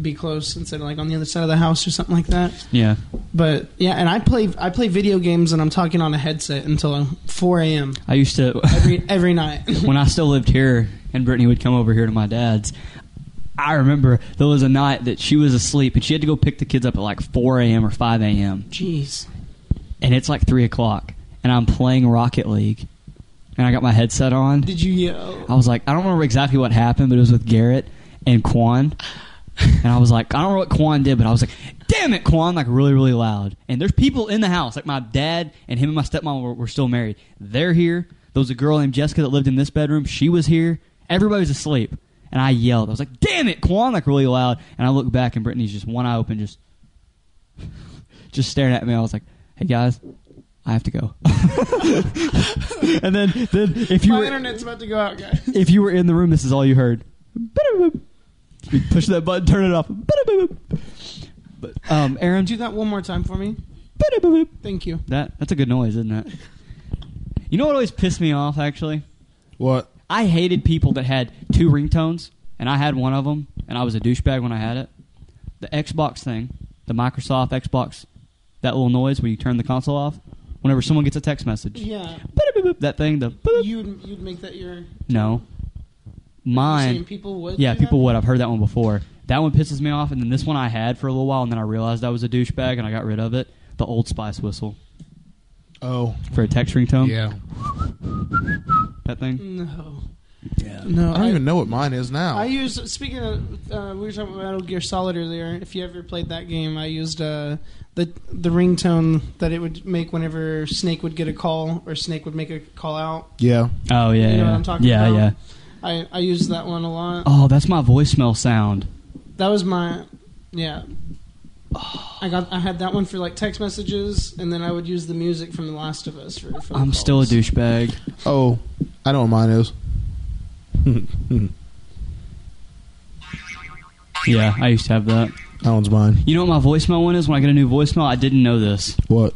C: be close instead of like on the other side of the house or something like that.
A: yeah,
C: But yeah, and I play I play video games and I'm talking on a headset until uh, 4 a.m.
A: I used to
C: every every night.
A: when I still lived here, and Brittany would come over here to my dad's. I remember there was a night that she was asleep, and she had to go pick the kids up at like four a.m. or five a.m.
C: Jeez,
A: and it's like three o'clock, and I'm playing Rocket League, and I got my headset on.
C: did you yell?
A: I was like, I don't remember exactly what happened, but it was with Garrett and Quan. And I was like, I don't know what Quan did, but I was like, damn it, Quan, like really, really loud. And there's people in the house, like my dad and him and my stepmom were, were still married. They're here. There was a girl named Jessica that lived in this bedroom. She was here. Everybody was asleep. And I yelled. I was like, damn it, Quan, like really loud. And I look back, and Brittany's just one eye open, just just staring at me. I was like, hey, guys. I have to go, and then, then if you
C: My
A: were,
C: internet's about to go out, guys.
A: if you were in the room, this is all you heard. Ba-da-boop. You push that button, turn it off. Ba-da-boop. But um, Aaron,
C: Do that one more time for me.
A: ba-da-boop.
C: Thank you.
A: that that's a good noise, isn't it? You know what always pissed me off? Actually,
B: What?
A: I hated people that had two ringtones, and I had one of them, and I was a douchebag when I had it. The Xbox thing, the Microsoft Xbox, that little noise when you turn the console off. Whenever someone gets a text message,
C: Yeah,
A: Ba-da-boop. that thing, the ba-da-boop.
C: you'd you'd make that your you're
A: no,
C: saying
A: mine.
C: People would.
A: Yeah,
C: do that?
A: people would. I've heard that one before. That one pisses me off, and then this one I had for a little while, and then I realized I was a douchebag, and I got rid of it. The Old Spice whistle
B: Oh,
A: for a text ringtone.
B: yeah.
A: that
C: Mm.
A: thing.
C: No,
A: Yeah.
C: no.
B: I don't even know what mine is now.
C: I use speaking of uh, we were talking about Metal Gear Solid earlier. If you ever played that game, I used uh, the the ringtone that it would make whenever Snake would get a call or Snake would make a call out.
B: yeah.
A: Oh yeah.
C: You know
A: yeah.
C: what I'm talking
A: yeah,
C: about?
A: yeah.
C: I I used that one a lot.
A: Oh, that's my voicemail sound.
C: That was my yeah. I got I had that one for like text messages, and then I would use the music from The Last of Us for. for the
A: I'm still a
C: calls.
A: douchebag.
B: Oh, I know what mine is.
A: Yeah, I used to have that.
B: that one's mine.
A: You know what my voicemail one is? When I get a new voicemail, I didn't know this.
B: What?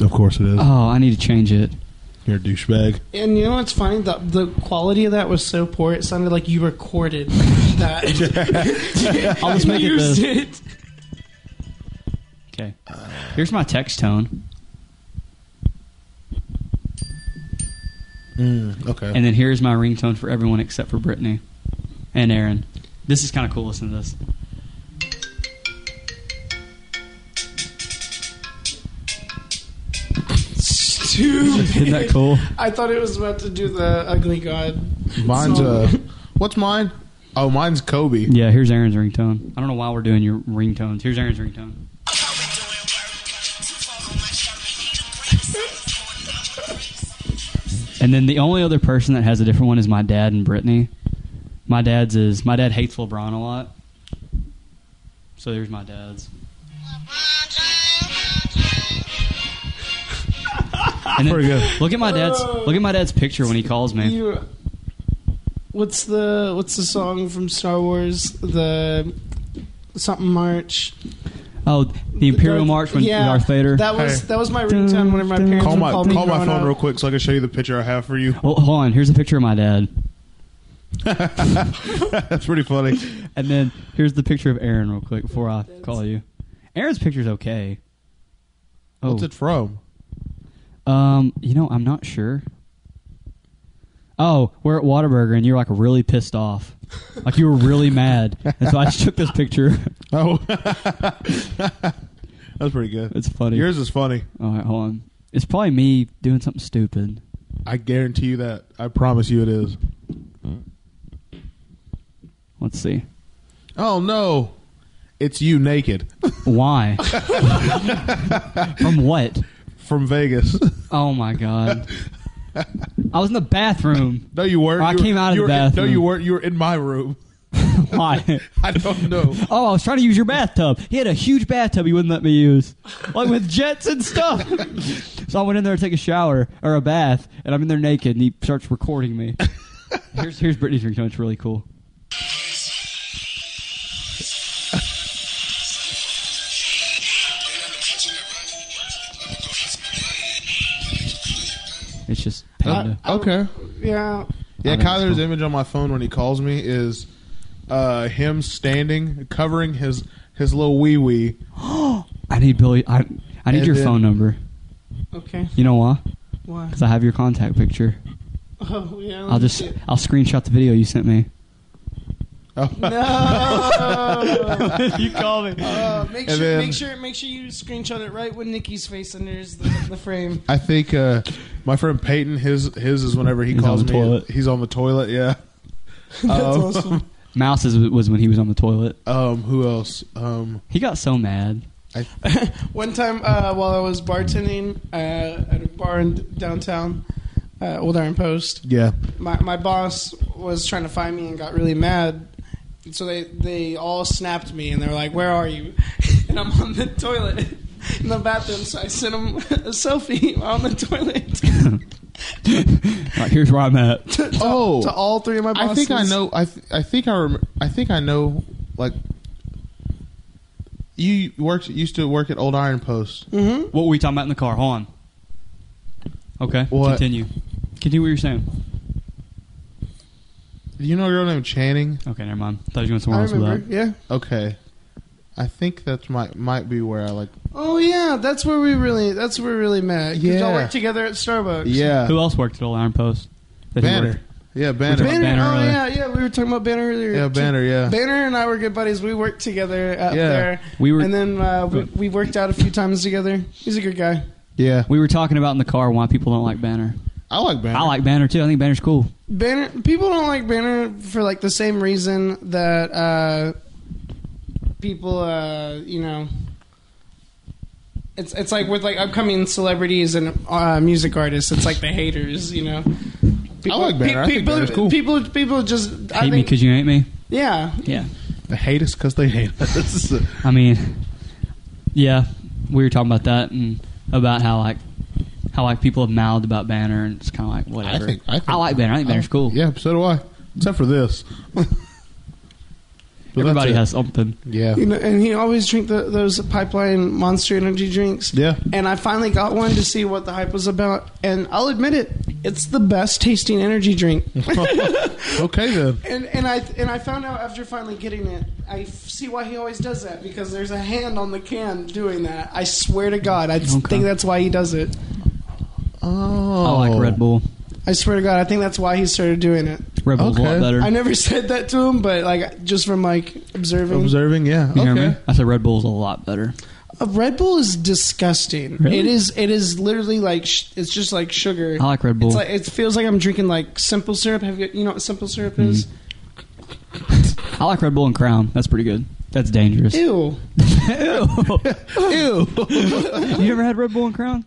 B: Of course it is.
A: Oh, I need to change it.
B: You're a douchebag.
C: And you know what's funny? The the quality of that was so poor. It sounded like you recorded that.
A: I'll just make it
C: used
A: this.
C: it.
A: Okay. Here's my text tone,
B: Mm, okay.
A: and then here's my ringtone for everyone except for Brittany and Aaron. This is kind of cool. Listen to this. Isn't
C: Stupid.
A: that cool?
C: I thought it was about to do the ugly god.
B: mine's
C: song.
B: uh, what's mine? Oh, mine's Kobe.
A: Yeah, here's Aaron's ringtone. I don't know why we're doing your ringtones. Here's Aaron's ringtone. And then the only other person that has a different one is my dad and Brittany. My dad's is my dad hates LeBron a lot. So there's my dad's. And then,
B: Pretty good.
A: Look at my dad's look at my dad's picture when he calls
B: uh,
A: me.
C: You, what's the what's the song from Star Wars? The something march.
A: Oh, the Imperial
C: Darth-
A: March when
C: yeah,
A: Darth Vader.
C: That was
B: Hey.
C: that was my ringtone whenever my parents
B: Call
C: would
B: my
C: call me
B: call my
C: growing
B: phone
C: up.
B: real quick so I can show you the picture I have for you.
A: Well, hold on. Here's a picture of my dad.
B: That's pretty funny.
A: And then here's the picture of Aaron real quick before I call you. Aaron's picture's okay. Oh,
B: What's it from?
A: um, you know, I'm not sure. Oh, we're at Whataburger and you're like really pissed off. Like you were really mad. And so I just took this picture.
B: Oh, that's pretty good.
A: It's funny.
B: Yours is funny.
A: All right, hold on. It's probably me doing something stupid.
B: I guarantee you that. I promise you it is.
A: Let's see.
B: Oh no, it's you naked
A: Why? From what?
B: from Vegas.
A: Oh my god. I was in the bathroom.
B: no, you weren't.
A: I
B: You were-
A: came out of
B: you
A: the
B: were in-
A: bathroom.
B: No, you weren't. You were in my room.
A: Why?
B: I don't know.
A: Oh, I was trying to use your bathtub. He had a huge bathtub he wouldn't let me use, like with jets and stuff. so I went in there to take a shower or a bath, and I'm in there naked, and he starts recording me. here's here's Britney's ringtone. It's really cool. It's just panda.
B: I- okay.
A: I
B: Yeah,
C: Yeah.
A: think that's
B: Kyler's
A: cool.
B: image on my phone when he calls me is uh, him standing, covering his his little wee wee.
A: I need Billy. I I need
B: And
A: your
B: then-
A: phone number.
C: Okay.
A: You know why?
C: Why?
A: Because I have your contact picture.
C: Oh yeah. let
A: I'll
C: me
A: just
C: see.
A: I'll screenshot the video you sent me.
C: No.
A: you call me.
C: Uh, make sure,
B: And then-
C: make sure, make sure you screenshot it right when Nikki's face enters the, the frame.
B: I think uh, my friend Peyton, his his is whenever he
A: He's
B: calls
A: on the
B: me.
A: toilet.
B: He's on the toilet. Yeah.
C: That's
B: Um,
C: awesome.
A: Mouse is, was when he was on the toilet.
B: Um, who else? Um,
A: He got so mad.
C: One time, uh, while I was bartending uh, at a bar in downtown, uh, Old Iron Post,
B: yeah.
C: my, my boss was trying to find me and got really mad. And so they, they all snapped me and they were like, Where are you? And I'm on the toilet in the bathroom. So I sent them a selfie on the toilet
A: Like, here's where I'm at.
C: to, to-
B: Oh.
C: to all three of my bosses.
B: I think I know. I th- I think I rem- I think I know. Like you worked used to work at Old Iron Post.
C: Mm-hmm.
A: What were we talking about in the car? Hold on. Okay.
B: What?
A: Continue. Continue what you're saying.
B: Do you know a girl named Channing?
A: Okay, never mind. Thought you went somewhere
C: I
A: else with
C: remember.
A: that.
C: Yeah.
B: Okay. I think that's might might be where I like.
C: Oh, yeah. That's where we really, that's where we really met. Yeah.
B: Yeah.
C: Y'all worked together at Starbucks.
B: Yeah.
A: Who else worked at Old Iron Post? That he
B: Banner.
A: worked-
B: Yeah, Banner.
C: Banner.
A: Banner
C: oh,
A: earlier.
C: yeah. Yeah. We were talking about Banner earlier.
B: Yeah, Banner. Yeah.
C: Banner and I were good buddies. We worked together up
B: Yeah.
C: there.
A: We were
C: and then uh, we, we worked out a few times together. He's a good guy.
B: Yeah.
A: we were talking about in the car why people don't like Banner.
B: I like Banner.
A: I like Banner too. I think Banner's cool.
C: Banner people don't like Banner for like the same reason that uh, people, uh, you know, it's it's like with like upcoming celebrities and uh, music artists. It's like the haters, you know. People,
B: like Banner. I think
C: people,
B: Banner's cool.
C: people, people just I
A: Hate me
C: think,
A: because you hate me.
C: yeah,
A: Yeah.
B: They hate us because they hate us.
A: I mean, yeah, we were talking about that and about how like how like people have mouthed about Banner and it's kind of like whatever. like Banner. I think Banner's cool.
B: Yeah, so do I. Except for this. But that's
A: Everybody
B: it.
A: has something.
B: Yeah.
C: you know, and he always drink the, those pipeline Monster Energy drinks.
B: Yeah.
C: and I finally got one to see what the hype was about. And I'll admit it, it's the best tasting energy drink.
B: Okay then.
C: and and I and I found out after finally getting it, I f- see why he always does that because there's a hand on the can doing that. I swear to God, I just
A: Okay.
C: think that's why he does it.
B: Oh.
A: I like Red Bull.
C: I swear to God, I think that's why he started doing it.
A: Red Bull's a
B: Okay.
A: lot better.
C: I never said that to him, but like just from like observing,
B: Observing, yeah.
A: Mm-hmm. You
B: okay.
A: hear me? I said Red Bull's a lot better.
C: Uh, Red Bull is disgusting.
A: Really?
C: It is. It is literally like sh- it's just like sugar.
A: I like Red Bull.
C: It's like it feels like I'm drinking like simple syrup. Have you you know what simple syrup
A: Mm-hmm.
C: is?
A: I like Red Bull and Crown. That's pretty good. That's dangerous.
C: Ew.
A: Ew. you ever had Red Bull and Crown?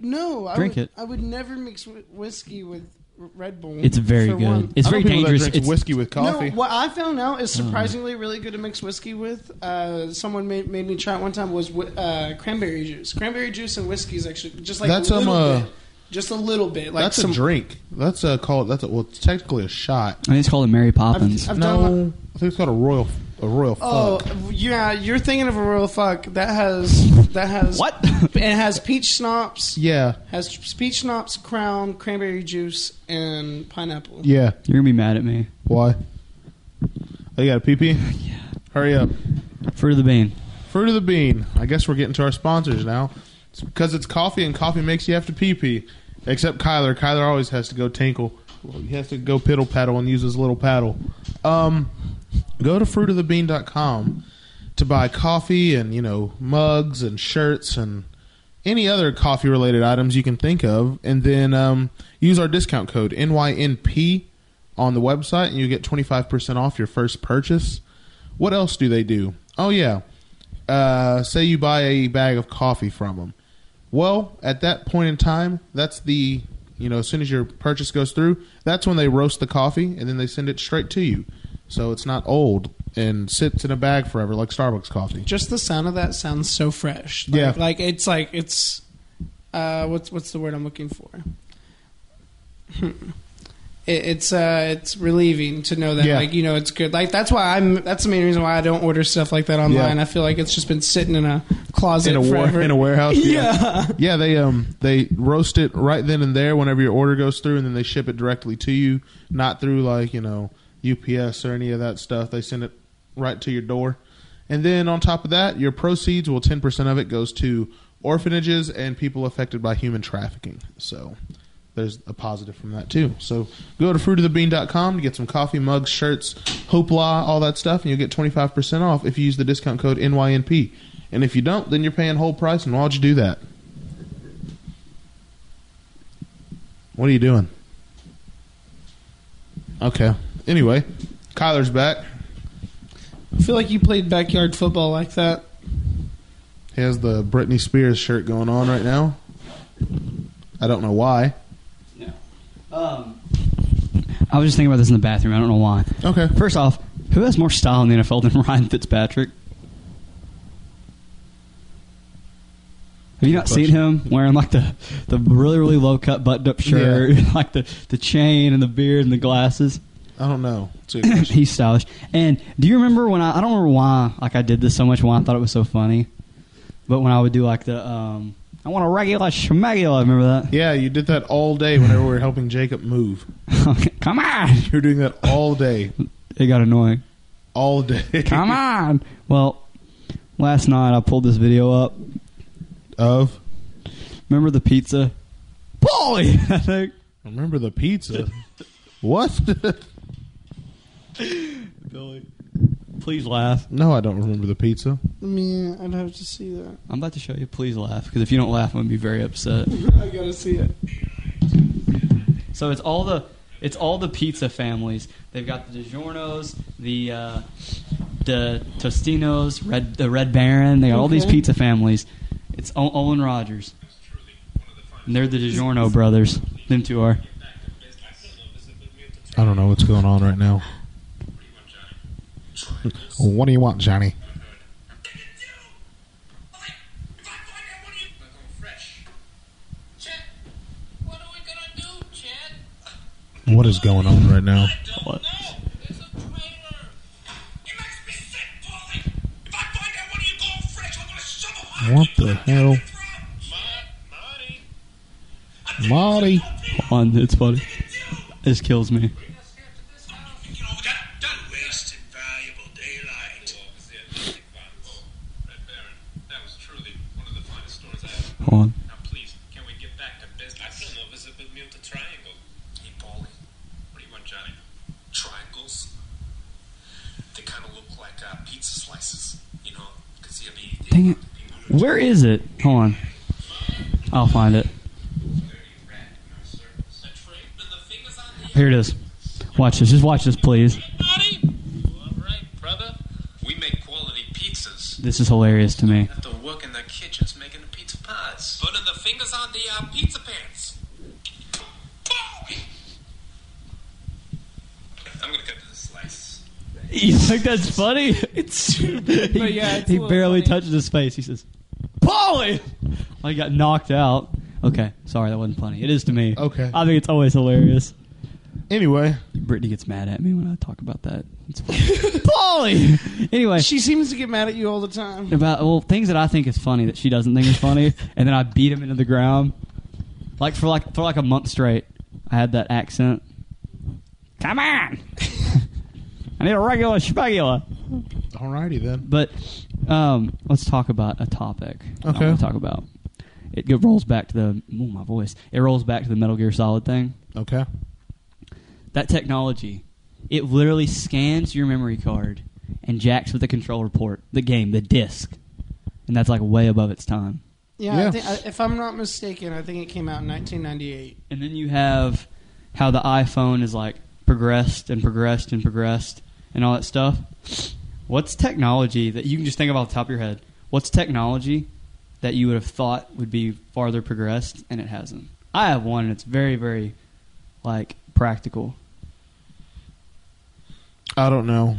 C: No, I
A: Drink
C: would,
A: it.
C: I would never mix whi- whiskey with r- Red Bull.
A: It's very
C: for
A: good.
C: one.
A: It's
B: I know
A: very
B: people that
A: dangerous.
B: drinks
A: It's
B: whiskey with
C: no,
B: coffee. Hmm.
C: what I found out is surprisingly really good to mix whiskey with. Uh, someone made, made me try it one time was whi- uh, cranberry juice. Cranberry juice and whiskey is actually just like
B: That's,
C: a
B: um,
C: little
B: uh,
C: bit, just a little bit. Like
B: that's
C: some,
B: a drink. That's a called. That's a, well, it's technically a shot.
A: I think it's called a Mary Poppins.
C: I've, I've
B: no,
C: done.
B: I think it's called a royal. A royal.
C: Oh
B: fuck.
C: yeah, you're thinking of a real fuck that has that has
A: What?
C: It has peach schnapps.
B: Yeah.
C: Has peach schnapps, crown, cranberry juice, and pineapple.
B: Yeah.
A: You're gonna be mad at me.
B: Why? Oh, you got a pee pee?
A: Yeah.
B: Hurry up.
A: Fruit of the bean.
B: Fruit of the bean. I guess we're getting to our sponsors now. It's because it's coffee and coffee makes you have to pee pee. Except Kyler. Kyler always has to go tinkle. He has to go piddle paddle and use his little paddle. Um, go to fruitofthebean.com to buy coffee and, you know, mugs and shirts and any other coffee related items you can think of. And then um, use our discount code NYNP on the website and you get 25% off your first purchase. What else do they do? Oh, yeah. Uh, say you buy a bag of coffee from them. Well, at that point in time, that's the, you know, as soon as your purchase goes through, that's when they roast the coffee and then they send it straight to you. So it's not old and sits in a bag forever like Starbucks coffee.
C: Just the sound of that sounds so fresh. Like,
B: Yeah.
C: like it's like it's uh, what's what's the word I'm looking for? Hmm. It, it's uh, it's relieving to know that
B: Yeah.
C: like you know it's good. Like that's why I'm. That's the main reason why I don't order stuff like that online. I feel like it's just been sitting in a closet
B: In a,
C: forever.
B: war, in a warehouse?
C: yeah.
B: Yeah, they um they roast it right then and there whenever your order goes through, and then they ship it directly to you, not through like you know UPS or any of that stuff. They send it right to your door, and then on top of that, your proceeds well ten percent of it goes to orphanages and people affected by human trafficking. So there's a positive from that too. So go to fruitofthebean.com to get some coffee mugs, shirts, hoopla, all that stuff, and you'll get 25% off if you use the discount code NYNP. And if you don't, then you're paying whole price, and why would you do that? What are you doing? Okay. Anyway, Kyler's back.
C: I feel like you played backyard football like that.
B: He has the Britney Spears shirt going on right now. I don't know why.
A: Um, I was just thinking about this in the bathroom. I don't know why.
B: Okay.
A: First off, who has more style in the NFL than Ryan Fitzpatrick? Have you not
B: Good
A: seen him wearing like the, the really really low cut buttoned up shirt, like the, the chain and the beard and the glasses?
B: I don't know. It's a good question.
A: He's stylish. And do you remember when I? I don't remember why like I did this so much. Why I thought it was so funny, but when I would do like the um, I want a regular schmegula. Remember that?
B: yeah, you did that all day whenever we were helping Jacob move.
A: Come on!
B: You're doing that all day.
A: It got annoying.
B: All day.
A: Come on. Well, last night I pulled this video up.
B: Of.
A: Remember the pizza? Polly, I think.
B: Remember the pizza. what?
A: Billy, please laugh.
B: no, I don't remember the pizza.
C: Man, I'd have to see that.
A: I'm about to show you. Please laugh, because if you don't laugh, I'm gonna be very upset.
C: I gotta see it.
A: So it's all the it's all the pizza families. They've got the DiGiorno's, the uh, the Tostino's, red the Red Baron. They got all these
C: Okay.
A: pizza families. It's o- Owen Rogers. And they're the DiGiorno brothers. Them two are.
B: I don't know what's going on right now. What do you want, Johnny? What is going on right now?
A: What?
B: What the hell? Marty.
A: On it's funny. This kills me. Hold on.
D: Now please, can we get back to business? I don't know if it's a big meal to triangle. Hey, Paulie. What do you want, Johnny?
E: triangles. They kind of look like uh, pizza slices, you know, because you be
A: Dang it. Where is it? Hold on. I'll find it. Here it is. Watch this. Just watch this, please.
E: we make quality pizzas.
A: This is hilarious to me.
E: Have to work in the kitchens making the pizza pies. Putting the fingers on the uh, pizza pants.
D: I'm gonna cut to the slice.
A: You think that's funny? It's stupid.
C: But yeah, it's a
A: he
C: little
A: barely
C: funny.
A: touches his face. He says, "Polly," I got knocked out. Okay, sorry, that wasn't funny. It is to me.
B: Okay.
A: I think it's always hilarious.
B: Anyway,
A: Brittany gets mad at me when I talk about that. It's funny. Polly. Anyway,
C: She seems to get mad at you all the time.
A: about well things that I think is funny that she doesn't think is funny, and then I beat him into the ground. Like for like for like a month straight, I had that accent. Come on, I need a regular spagula.
B: alrighty then.
A: But um, let's talk about a topic. that I
B: Okay.
A: want to talk about it. go- rolls back to the oh my voice. It rolls back to the Metal Gear Solid thing.
B: Okay.
A: That technology, it literally scans your memory card and jacks with the controller port, the game, the disc, and that's like way above its time.
C: Yeah,
B: Yeah.
C: I think, I, if I'm not mistaken, I think it came out in 1998.
A: And then you have how the iPhone is like progressed and progressed and progressed and all that stuff, what's technology that you can just think about off the top of your head? What's technology that you would have thought would be farther progressed and it hasn't? I have one and it's very, very like practical.
B: I don't know.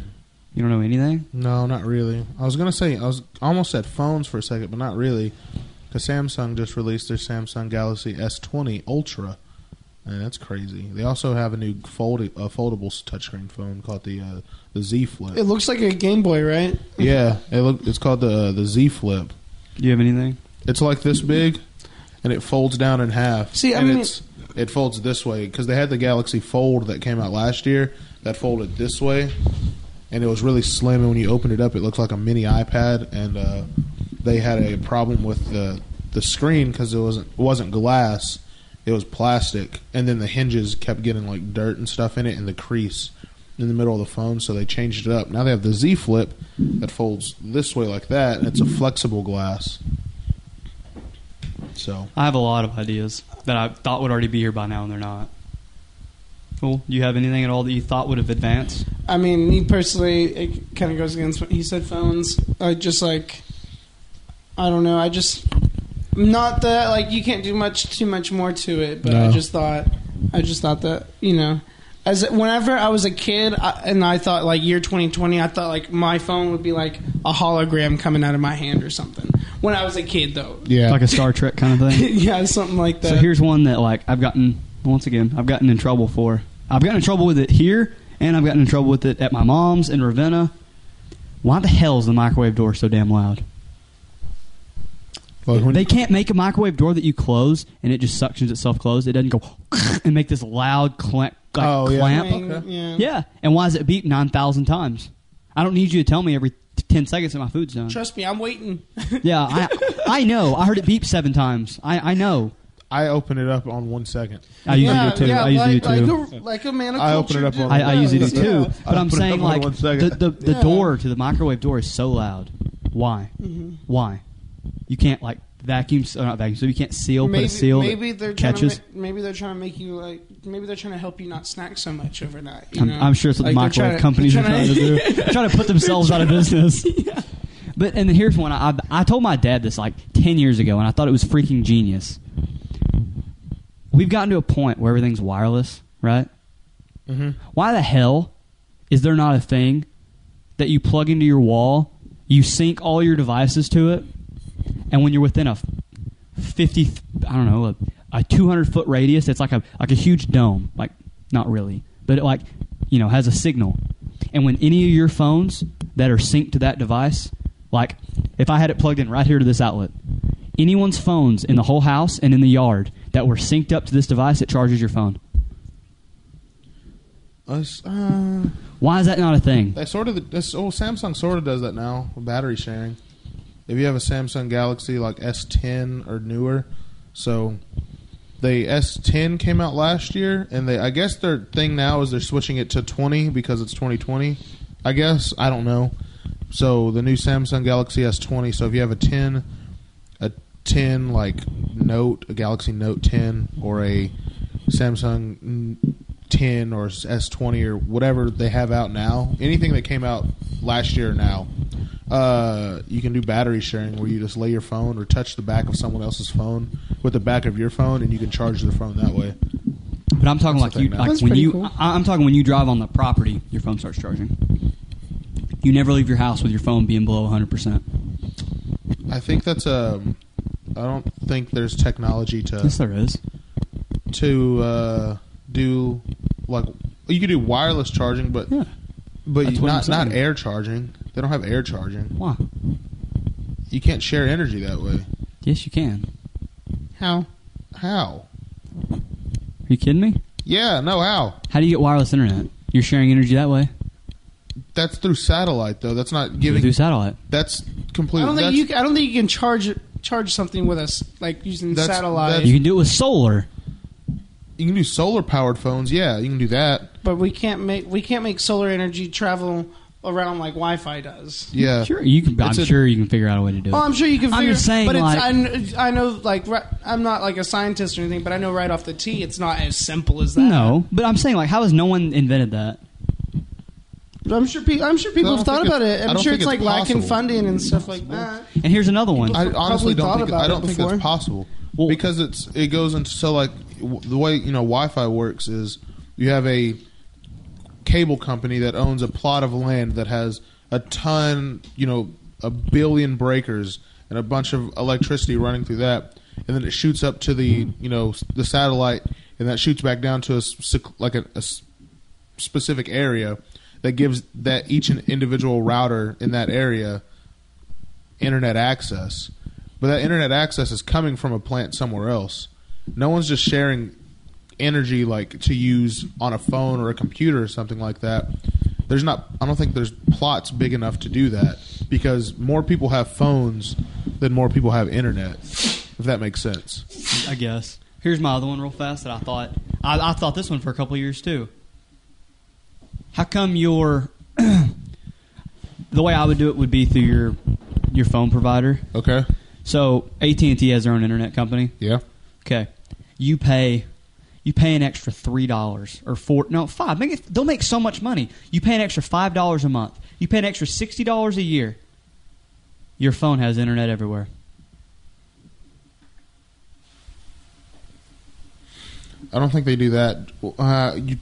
A: You don't know anything?
B: No, not really. I was gonna say I was almost said phones for a second, but not really, because Samsung just released their Samsung Galaxy S20 Ultra, and that's crazy. They also have a new fold a foldable touchscreen phone called the uh, the Z Flip.
C: It looks like a Game Boy, right?
B: yeah, it look, it's called the uh, the Z Flip.
A: Do you have anything?
B: It's like this big, and it folds down in half.
C: See, I
B: and
C: mean-
B: it's, it folds this way because they had the Galaxy Fold that came out last year that folded this way, and it was really slim. And when you open it up, it looked like a mini iPad. And uh, they had a problem with the the screen because it wasn't it wasn't glass, it was plastic, and then the hinges kept getting like dirt and stuff in it, and the crease. In the middle of the phone, so they changed it up. Now they have the Z Flip that folds this way like that, and it's a flexible glass. So
A: I have a lot of ideas that I thought would already be here by now and they're not. Cool. Do you have anything at all that you thought would have advanced?
C: I mean, me personally, it kind of goes against what he said. Phones, I just like, I don't know. I just not that like you can't do much too much more to it. But I
B: No.
C: just thought, I just thought that you know, as whenever I was a kid I, and I thought like year 2020, I thought like my phone would be like a hologram coming out of my hand or something. When I was a kid, though,
B: yeah,
A: Like a Star Trek kind of thing?
C: yeah, something like that.
A: So here's one that like I've gotten once again I've gotten in trouble for. I've gotten in trouble with it here, and I've gotten in trouble with it at my mom's in Ravenna. Why the hell is the microwave door so damn loud?
B: Like when-
A: They can't make a microwave door that you close and it just suctions itself closed. It doesn't go and make this loud clank, like
B: Oh, yeah.
A: clamp.
C: Thing,
B: Okay.
C: yeah.
A: Yeah, and why is it beep nine thousand times? I don't need you to tell me every t- ten seconds that my food's done.
C: Trust me, I'm waiting.
A: Yeah, I I know. I heard it beep seven times. I I know.
B: I open it up on one second.
A: I usually
C: yeah,
A: do too.
C: Yeah,
A: I usually
C: like,
A: do too.
C: Like a, like a man of
B: I open
C: culture
B: it up
C: did.
B: on-
A: I, I
C: Yeah,
A: usually do
B: that's-
A: too.
C: yeah.
A: But
B: I'll
A: I'm
B: put it
A: saying
B: up on
A: like
B: one
A: the,
B: second.
A: the, the
C: Yeah.
A: door to the microwave door is so loud. Why?
C: Mm-hmm.
A: Why? You can't like vacuum s- or not vacuum so you can't seal put
C: maybe,
A: a seal that
C: maybe they're
A: catches.
C: Trying to, ma- maybe they're trying to make you like. Maybe they're trying to help you not snack so much overnight. you
A: I'm,
C: know?
A: I'm sure it's what the
C: Like,
A: microwave
C: they're trying-
A: companies
C: they're
A: are trying to do. They're trying to put themselves out of business. But and then here's one I, I I told my dad this like ten years ago, and I thought it was freaking genius. We've gotten to a point where everything's wireless, right?
B: Mhm.
A: Why the hell is there not a thing that you plug into your wall, you sync all your devices to it, and when you're within a fifty, I don't know, a, a two hundred foot radius, it's like a like a huge dome, like not really, but it like you know has a signal, and when any of your phones that are synced to that device, like if I had it plugged in right here to this outlet, anyone's phones in the whole house and in the yard that were synced up to this device, it charges your phone.
B: Us, uh,
A: Why is that not a thing?
B: they sort of that's, oh Samsung sort of does that now. with Battery sharing. If you have a Samsung Galaxy like S10 or newer, so the S10 came out last year, and they I guess their thing now is they're switching it to 20 because it's 2020. I guess I don't know. So the new Samsung Galaxy S20. So if you have a 10, a 10 like Note, a Galaxy Note 10, or a Samsung mm, 10 or S20 or whatever they have out now, anything that came out last year or now, uh, you can do battery sharing where you just lay your phone or touch the back of someone else's phone with the back of your phone and you can charge their phone that way.
A: But I'm talking
B: That's
A: like
B: the
A: you,
B: thing,
A: like
C: That's
A: when
C: pretty
A: you,
C: cool.
A: I, I'm talking when you drive on the property, your phone starts charging. You never leave your house with your phone being below 100. percent
B: I think that's um I don't think there's technology to
A: Yes, there is.
B: to uh, do like you can do wireless charging, but
A: Yeah.
B: but
A: That's
B: you-
A: what I'm
B: not not
A: saying.
B: air charging. They don't have air charging.
A: Why?
B: You can't share energy that way.
A: Yes, you can.
C: How?
B: How?
A: Are you kidding me?
B: Yeah, no, how?
A: How do you get wireless internet? You're sharing energy that way
B: That's through satellite though. That's not
A: through
B: giving.
A: satellite.
B: That's
C: I
B: completely.
C: don't think
B: that's,
C: you. Can, I don't think you can charge charge something with us like using
B: That's-
C: satellite.
B: that's-
A: You can do it with solar.
B: you can do solar powered phones. Yeah, you can do that.
C: but we can't make we can't make solar energy travel around like Wi-Fi does.
B: Yeah.
A: Sure, you can. I'm
B: It's a-
A: sure you can figure out a way to do
C: Well,
A: it.
C: I'm sure you can
A: I'm
C: figure.
A: just saying,
C: but it's,
A: like-
C: I, kn- I know, like, right, I'm not like a scientist or anything, but I know right off the tee, it's not as simple as that.
A: No, but I'm saying like, how has no one invented that?
C: But I'm sure. Pe- I'm sure people
B: I don't
C: have thought
B: think
C: about
B: it's-
C: it.
B: I
C: I'm
B: don't
C: sure
B: think
C: it's like
B: it's
C: lacking
B: possible.
C: funding and stuff like that.
A: And here's another one.
B: I honestly
C: probably
B: don't
C: thought
B: think
C: about
B: I don't
C: it
B: think
C: before.
B: that's possible
A: Well-
B: because it's it goes into so like w- the way you know Wi-Fi works is you have a cable company that owns a plot of land that has a ton you know a billion breakers and a bunch of electricity running through that and then it shoots up to the you know s- the satellite and that shoots back down to a s- like a, a s- specific area that gives that each an individual router in that area internet access, but that internet access is coming from a plant somewhere else. No one's just sharing energy like to use on a phone or a computer or something like that. There's not. I don't think there's plots big enough to do that because more people have phones than more people have internet. If that makes sense.
A: I guess. Here's my other one, real fast. That I thought I, I thought this one for a couple of years too. How come your the way I would do it would be through your your phone provider.
B: Okay.
A: So AT and T has their own internet company.
B: Yeah.
A: Okay, you pay you pay an extra three dollars or four no five. Make it, they'll make so much money. You pay an extra five dollars a month. You pay an extra sixty dollars a year. Your phone has internet everywhere.
B: I don't think they do that. Uh, you,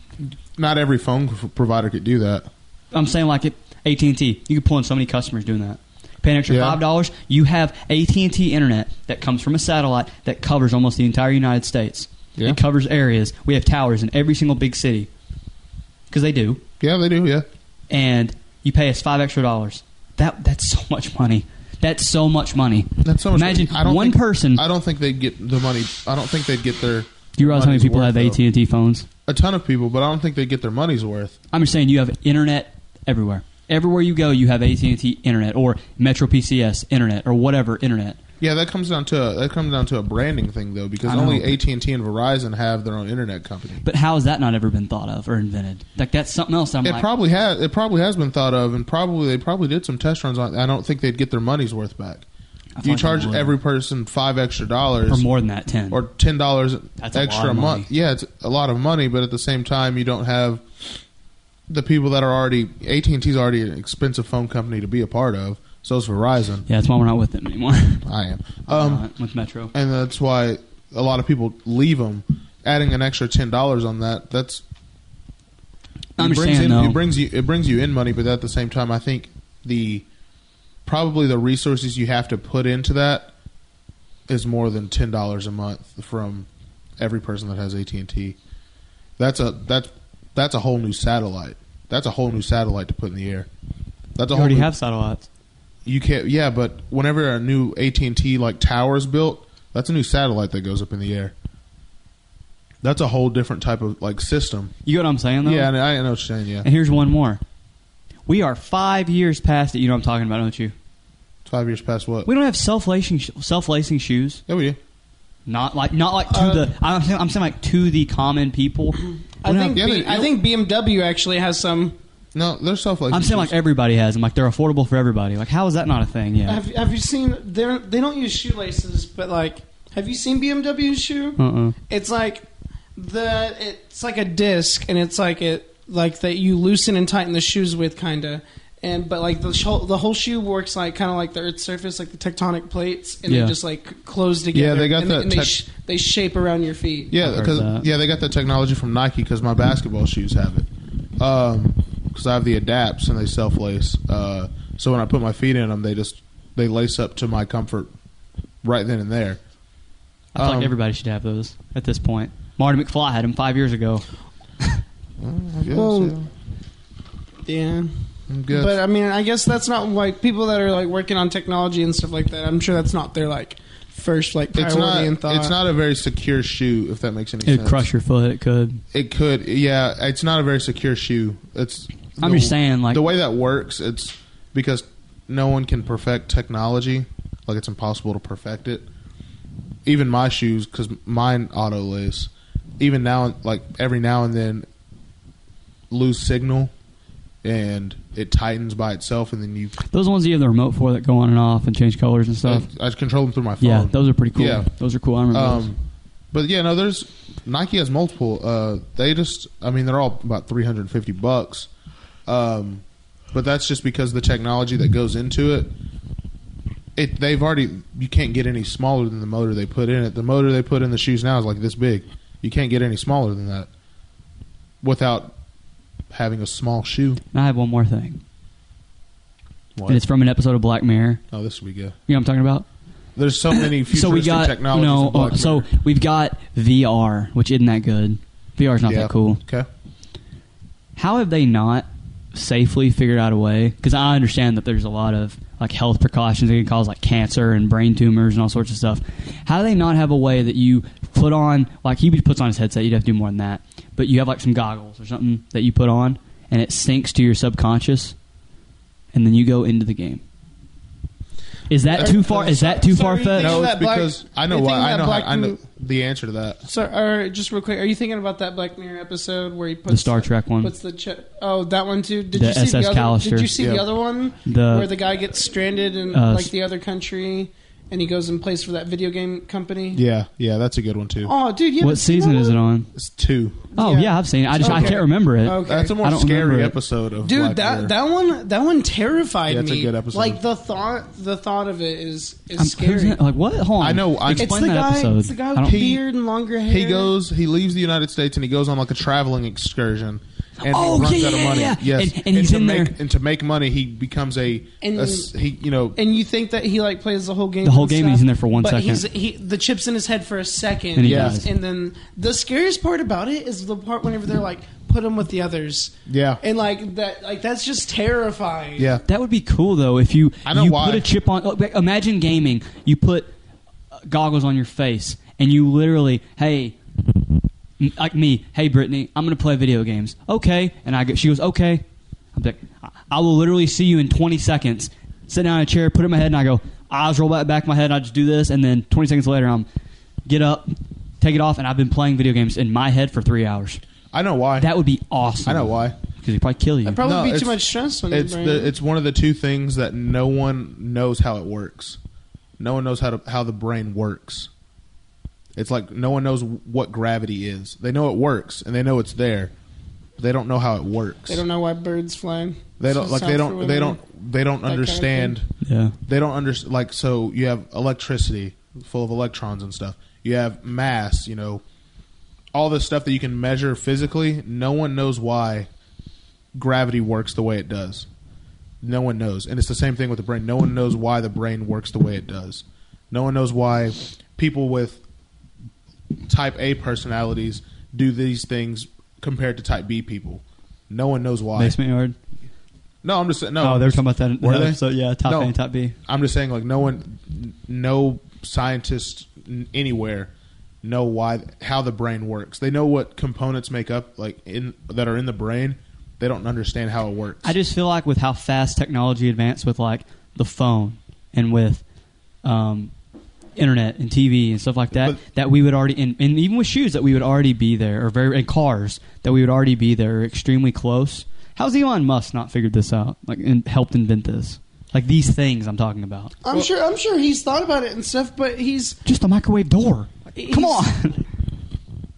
B: not every phone provider could do that.
A: I'm saying like at AT and T, you can pull in so many customers doing that. Pay an extra
B: Yeah.
A: five dollars, you have AT and T internet that comes from a satellite that covers almost the entire United States.
B: Yeah.
A: It covers areas. We have towers in every single big city because they do.
B: Yeah, they do. Yeah.
A: And you pay us five extra dollars. That that's so much money. That's so much money.
B: That's so much.
A: Imagine
B: I don't
A: one
B: think-
A: person.
B: I don't think they get the money. I don't think they'd get their.
A: Do you realize how many
B: money's
A: people
B: worth,
A: have
B: though.
A: AT and T phones?
B: A ton of people, but I don't think they get their money's worth.
A: I'm just saying you have internet everywhere. Everywhere you go, you have AT and T internet or Metro PCS internet or whatever internet.
B: Yeah, that comes down to a, that comes down to a branding thing though, because
A: I know,
B: only
A: but-
B: AT and T and Verizon have their own internet company.
A: But how has that not ever been thought of or invented? Like that's something else. I'm
B: it
A: like,
B: probably has it probably has been thought of, and probably they probably did some test runs on. I don't think they'd get their money's worth back.
A: I feel
B: You
A: like
B: charge
A: they would.
B: every person five extra dollars
A: or more than that, ten.
B: or ten dollars
A: That's a lot
B: extra
A: of
B: a
A: money.
B: month. Yeah, it's a lot of money, but at the same time, you don't have the people that are already AT and T's already an expensive phone company to be a part of. So is Verizon.
A: yeah, that's why we're not with them anymore.
B: I am. Um,
A: Not with Metro.
B: and that's why a lot of people leave them. Adding an extra ten dollars on that, that's
A: I
B: it brings
A: understand
B: in,
A: though.
B: it brings you it brings you in money, but at the same time, I think the probably the resources you have to put into that is more than ten dollars a month from every person that has AT and T. That's a that's that's a whole new satellite. That's a whole new satellite to put in the air. That's a
A: you
B: whole
A: already
B: new-
A: have satellites.
B: you can't yeah but whenever a new at&t like tower is built that's a new satellite that goes up in the air that's a whole different type of like system
A: You get what I'm saying though.
B: yeah and i know what you're saying yeah
A: And here's one more. We are five years past it. You know what I'm talking about, don't you?
B: five years past what
A: We don't have self lacing self lacing shoes.
B: yeah we do
A: Not like not like to
C: Uh,
A: the. I'm saying, I'm saying like to the common people.
C: I think
B: Yeah,
C: B-
B: they-
C: I think BMW actually has some.
B: no they're self-like
A: I'm saying like everybody has them. Like they're affordable for everybody. Like how is that not a thing? Yeah.
C: Have, have you seen? They they don't use shoelaces, but like, have you seen BMW's shoe?
A: Uh-uh.
C: It's like the it's like a disc, and it's like it like that you loosen and tighten the shoes with, kinda. And but like the whole the whole shoe works like kind of like the Earth's surface, like the tectonic plates, and
A: Yeah.
C: they just like close together.
B: they got
C: and
B: that
C: and they,
B: tec-
C: sh- they shape around your feet.
B: yeah
A: I've heard
B: because
A: that.
B: yeah they got that technology from nike because my basketball shoes have it because i have the adapts and they self-lace uh, so when i put my feet in them they just they lace up to my comfort right then and there
A: I feel
B: Um,
A: like everybody should have those at this point. Marty McFly had them five years ago.
B: I guess,
C: Well,
B: yeah.
C: Yeah.
B: I'm good.
C: But I mean, I guess that's not like people that are like working on technology and stuff like that. I'm sure that's not their like first like priority
B: it's not.
C: and thought.
B: It's not a very secure shoe, if that makes any
A: It'd
B: sense.
A: crush your foot. It could.
B: It could. Yeah, it's not a very secure shoe. It's.
A: I'm
B: the-
A: just saying, like-
B: the way that works. It's because no one can perfect technology. Like it's impossible to perfect it. Even my shoes, because mine auto lace. Even now, like every now and then, lose signal, and it tightens by itself, and then you
A: Those ones you have the remote for that go on and off and change colors and stuff.
B: I, I control them through my phone.
A: yeah, those are pretty cool.
B: Oh. Yeah.
A: Those are cool. I remember
B: Um, but yeah, no, there's Nike has multiple. Uh, they just, I mean, they're all about 350 bucks. Um, but that's just because the technology that goes into it. It they've already you can't get any smaller than the motor they put in it. The motor they put in the shoes now is like this big. You can't get any smaller than that without having a small shoe.
A: those. And I have one more thing.
B: What?
A: And it's from an episode of Black Mirror.
B: oh, this we go.
A: You know what I'm talking about?
B: There's so many futuristic
A: so we got
B: technologies.
A: no.
B: in Black
A: uh, so
B: Mirror.
A: we've got VR, which isn't that good. VR is not
B: Yeah.
A: that cool.
B: Okay.
A: How have they not safely figured out a way? Because I understand that there's a lot of like health precautions that can cause like cancer and brain tumors and all sorts of stuff. How do they not have a way that you put on like he puts on his headset? You'd have to do more than that, but you have like some goggles or something that you put on, and it syncs to your subconscious, and then you go into the game. Is that too far? Is that too
C: So are
A: far
C: you
A: fetched?
C: thinking
B: No, it's
C: that black-
B: because I know
C: you
B: why.
C: think
B: I
C: that
B: know. How,
C: black
B: I know
C: mo-
B: the answer to that.
C: So, or just real quick, are you thinking about that Black Mirror episode where he puts
A: The Star Trek one.
C: What's the ch- oh that one too? Did
A: The
C: you see
A: SS
C: the other?
A: Callister.
C: Did you see the
B: Yeah.
C: other one
A: The-
C: where the guy gets stranded in
A: Uh,
C: like the other country and he goes and plays for that video game company?
B: Yeah, yeah, that's a good one too.
C: Oh, dude, you
A: What season is it on?
B: It's two.
A: Oh
C: Yeah.
A: yeah, I've seen it. I just I
C: Okay. Oh,
A: can't remember it.
C: Okay.
B: That's a
A: I
B: more
A: don't
B: scary
A: remember it.
B: episode of
C: Dude,
B: Black
C: that
B: Mirror.
C: that one that one terrified
B: Yeah, it's
C: me.
B: a good episode.
C: Like the thought the thought of it is
A: I'm
C: is
A: who's
C: scary.
A: in- Like what? Hold on.
B: I know, I- It's
C: It's
A: Explain
C: the
A: that
C: guy.
A: episode.
C: It's the guy
A: I
C: with
A: don't-
C: beard and longer hair.
B: he goes, he leaves the United States and he goes on like a traveling excursion. And
A: Oh,
B: he runs
A: yeah,
B: out of
A: yeah,
B: money.
A: yeah.
B: Yes,
A: And- and he's
B: to
A: in
B: make,
A: there.
B: And to make money, he becomes a,
C: And-
B: a s- he you know
C: and you think that he like plays the whole game.
A: The whole
C: and
A: game,
C: stuff,
A: he's in there for one
C: but
A: second.
C: He's, he, the chips in his head for a second,
A: And he
B: Yeah. dies.
C: and then the scariest part about it is the part whenever they're like, "Put him with the others,"
B: yeah
C: and like that, like that's just terrifying.
B: yeah
A: That would be cool though if you
B: I know
A: you
B: why.
A: put a chip on. oh, like, Imagine gaming. You put uh, goggles on your face and you literally, hey, m- like me, hey Brittany, I'm gonna play video games. Okay, and I go, she goes, okay. I'm like, "I- I will literally see you in 20 seconds. Sit down in a chair, put it in my head, and I go, eyes roll back back in my head. And I just do this, and then 20 seconds later, I'm get up, take it off, and I've been playing video games in my head for three hours.
B: I know why
A: That would be awesome.
B: I know why
A: Because he'd probably kill you.
C: That'd probably
B: No,
C: be
B: it's-
C: too much stress on
B: it's
C: your
B: the it's one of the two things that no one knows how it works. No one knows how to how the brain works. It's like no one knows what gravity is. They know it works and they know it's there. But they don't know how it works.
C: they don't know why birds fly.
B: They don't
C: So
B: like
C: south
B: they
C: for
B: don't they
C: women.
B: don't they don't
C: kind of
B: understand.
A: yeah.
B: They don't understand like so you have electricity full of electrons and stuff. You have mass, you know, all this stuff that you can measure physically. No one knows why gravity works the way it does. No one knows. And it's the same thing with the brain. No one knows why the brain works the way it does. No one knows why people with type A personalities do these things compared to type B people. No one knows why.
A: Basement yard.
B: No, I'm just saying. No,
A: Oh, they were talking about that in that
B: Were they?
A: episode. Yeah, top
B: No.
A: A and top B.
B: I'm just saying, like no one, n- no scientist n- anywhere know why how the brain works. They know what components make up like in that are in the brain. They don't understand how it works.
A: I just feel like with how fast technology advanced with like the phone and with um, internet and TV and stuff like that,
B: But-
A: that we would already and, and even with shoes that we would already be there or very and cars that we would already be there or extremely close. How's Elon Musk not figured this out? Like and helped invent this. Like these things I'm talking about.
C: I'm sure I'm sure he's thought about it and stuff, but he's
A: Just a microwave door. Come
C: He's-
A: on.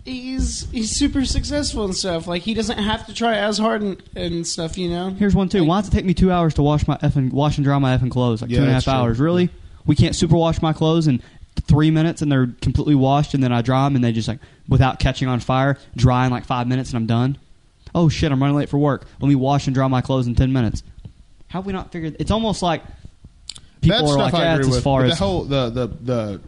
C: he's he's super successful and stuff. Like he doesn't have to try as hard and, and stuff, you know.
A: Here's one too. Why does it take me two hours to wash my effing wash and dry my effing clothes? Like
B: Yeah,
A: two and a
B: that's
A: half
B: true.
A: hours. Really? We can't super wash my clothes in three minutes and they're completely washed and then I dry them and they just like without catching on fire, dry in like five minutes and I'm done. Oh shit, I'm running late for work. Let me wash and dry my clothes in ten minutes. How have we not figured it's almost like people
B: that
A: are
B: stuff
A: like,
B: I
A: "Yeah,
B: agree
A: it's
B: with.
A: as far
B: but
A: as
B: the whole the the the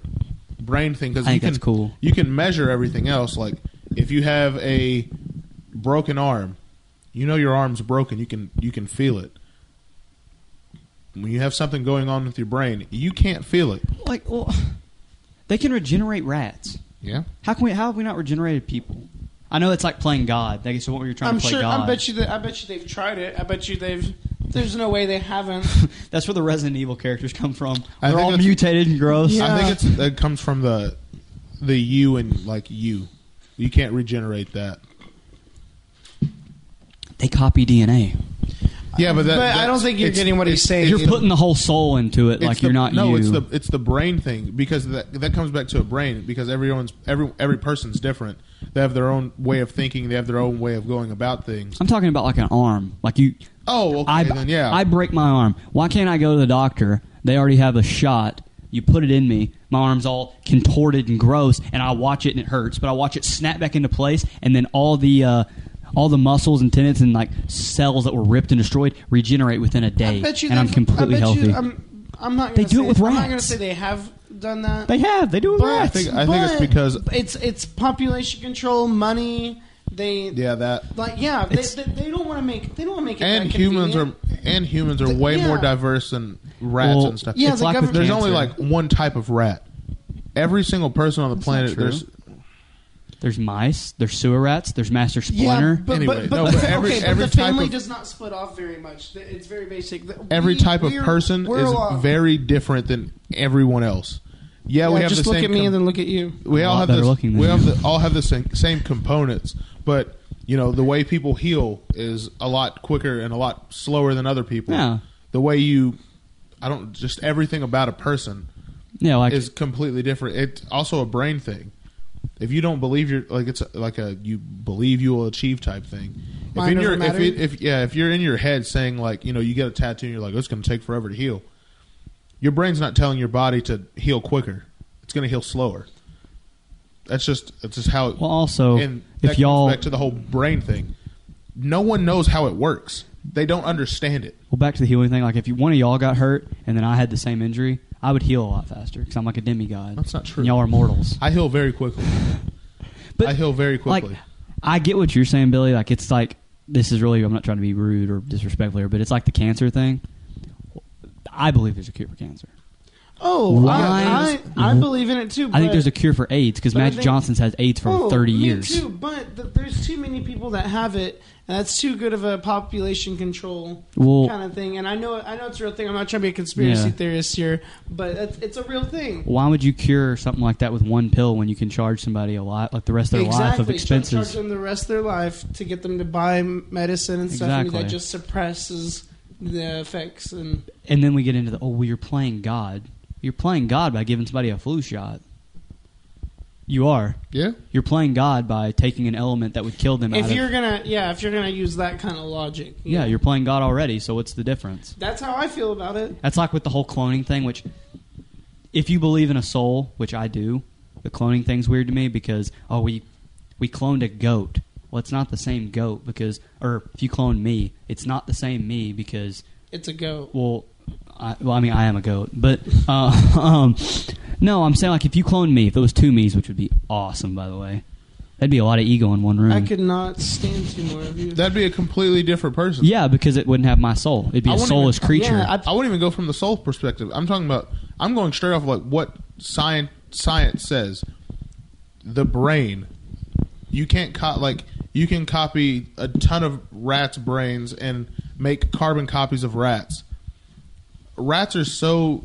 B: brain thing because
A: I
B: you
A: think
B: can
A: that's cool.
B: you can measure everything else. Like if you have a broken arm, you know your arm's broken. You can you can feel it. When you have something going on with your brain, you can't feel it.
A: like well, they can regenerate rats.
B: Yeah.
A: How can we how have we not regenerated people? I know it's like playing God. Like so what you're trying
C: I'm
A: to play
C: sure.
A: God.
C: I bet you that. I bet you they've tried it. I bet you they've. There's no way they haven't.
A: That's where the Resident Evil characters come from.
B: I
A: They're
B: think
A: all
B: that's-
A: mutated and gross.
B: I
C: Yeah.
B: think it's that comes from the the you and like you. You can't regenerate that.
A: They copy DNA.
B: Yeah, but that,
F: But I
B: that-
F: don't think you're
B: it's-
F: getting what he's
B: it's-
F: saying.
B: it's
F: You're
A: You're putting the whole soul into it,
B: it's
A: like
B: the-
A: you're not
B: No,
A: you.
B: it's the it's the brain thing because that that comes back to a brain because everyone's every every person's different. They have their own way of thinking. They have their own way of going about things.
A: I'm talking about like an arm. Like you,
B: Oh, okay,
A: I,
B: then yeah.
A: I break my arm. Why can't I go to the doctor? They already have a shot. You put it in me. My arm's all contorted and gross, and I watch it and it hurts. But I watch it snap back into place, and then all the uh, all the muscles and tendons and like cells that were ripped and destroyed regenerate within a day,
C: I bet you
A: and
C: they-
A: I'm completely
C: I bet
A: healthy.
C: You, I'm, I'm not.
A: They
C: gonna
A: do it
C: say-
A: with
C: I'm not going
A: rats.
C: to say they have done that.
A: they have. They do it with
C: but,
B: I
A: rats.
B: think- I think it's
C: but
B: because-
C: it's it's population control, money. They
B: yeah, that
C: like yeah. They,
A: It's-
C: they, they don't want to make. They don't want to make it.
B: and
C: that
B: humans are
C: convenient.
B: and humans are
C: The-
B: way more
C: yeah.
B: diverse than rats
A: Well,
B: and stuff.
C: yeah,
A: it's
C: the
A: like with
C: government-
B: there's only
A: cancer.
B: like one type of rat. Every single person on the
A: not
B: planet,
A: true.
B: there's
A: there's mice. There's sewer rats. There's master
C: Yeah,
A: splinter.
C: but,
B: Anyway,
C: but, but,
B: no, but every-
C: okay,
B: every
C: but the
B: type
C: family
B: of-
C: does not split off very much. The- It's very basic. The-
B: every
C: we-
B: type of
C: we're-
B: person
C: we're
B: is
C: all-
B: very different than everyone else. Yeah, we
C: Yeah,
B: have
C: just
B: the
C: look
B: same
C: at me
B: com-
C: and then look at you.
B: we
A: A
B: all
A: lot
B: have
A: better
B: this,
A: looking than
B: we
A: you.
B: have the, all have the same, same components, but you know the way people heal is a lot quicker and a lot slower than other people.
A: Yeah.
B: The way you, I don't just everything about a person
A: yeah, like
B: is completely different. It's also a brain thing. If you don't believe you're like it's like a you believe you will achieve type thing. If
C: Mind
B: in
C: over
B: your if,
C: matter?
B: it, if yeah if you're in your head saying like you know you get a tattoo and you're like "Oh, it's going to take forever to heal, your brain's not telling your body to heal quicker. It's going to heal slower. That's just that's just how. It,
A: Well, also,
B: and
A: if
B: that comes
A: y'all-
B: back to the whole brain thing, no one knows how it works. They don't understand it.
A: Well, back to the healing thing. Like, if you, one of y'all got hurt and then I had the same injury, I would heal a lot faster because I'm like a demigod.
B: That's not true.
A: And y'all are mortals.
B: I heal very quickly.
A: But
B: I heal very
A: like,
B: quickly.
A: I get what you're saying, Billy. Like, it's like this is really. I'm not trying to be rude or disrespectful here, but it's like the cancer thing. I believe there's a cure for cancer.
C: Oh,
A: Why-
C: I, I, I believe in it too.
A: Mm-hmm. I think
C: but-
A: there's a cure for AIDS because
C: but I
A: Magic
C: think-
A: Johnson's had AIDS for
C: Oh,
A: 30
C: me
A: years.
C: too, but th- there's too many people that have it, and that's too good of a population control
A: Well-
C: kind of thing. And I know, I know it's a real thing. I'm not trying to be a conspiracy
A: Yeah.
C: theorist here, but it's, it's a real thing.
A: Why would you cure something like that with one pill when you can charge somebody a lot, like the rest of their life of
C: Exactly. Charge-
A: expenses?
C: Charge them the rest of their life to get them to buy m- medicine and stuff, and
A: Exactly.
C: that just suppresses the effects. And
A: And then we get into the oh, well, you're playing God. You're playing God by giving somebody a flu shot. You are.
B: Yeah.
A: You're playing God by taking an element that would kill them. out
C: if
A: of-
C: you're gonna, yeah, if you're gonna use that kind of logic, you
A: yeah,
C: know.
A: you're playing God already. So what's the difference?
C: That's how I feel about it.
A: That's like with the whole cloning thing. Which, if you believe in a soul, which I do, the cloning thing's weird to me because oh, we we cloned a goat. Well, it's not the same goat because, or if you clone me, it's not the same me because
C: It's a go.
A: Well, I, well, I mean, I am a goat, but uh, um, no, I'm saying like if you cloned me, if it was two me's, which would be awesome, by the way, that'd be a lot of ego in one room.
C: I could not stand two more of you.
B: That'd be a completely different person.
A: yeah, because it wouldn't have my soul. It'd be
B: I
A: a
B: wouldn't
A: soulless
B: even-
A: creature.
C: Yeah,
B: I
C: I-
B: wouldn't even go from the soul perspective. I'm talking about. I'm going straight off like what science science says. The brain. You can't co- like you can copy a ton of rats' brains and make carbon copies of rats. Rats are so.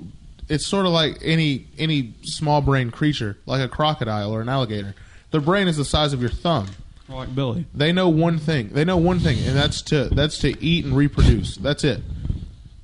B: It's sort of like any any small brain creature, like a crocodile or an alligator. Their brain is the size of your thumb.
A: like Billy.
B: They know one thing. They know one thing, and that's to that's to eat and reproduce. That's it.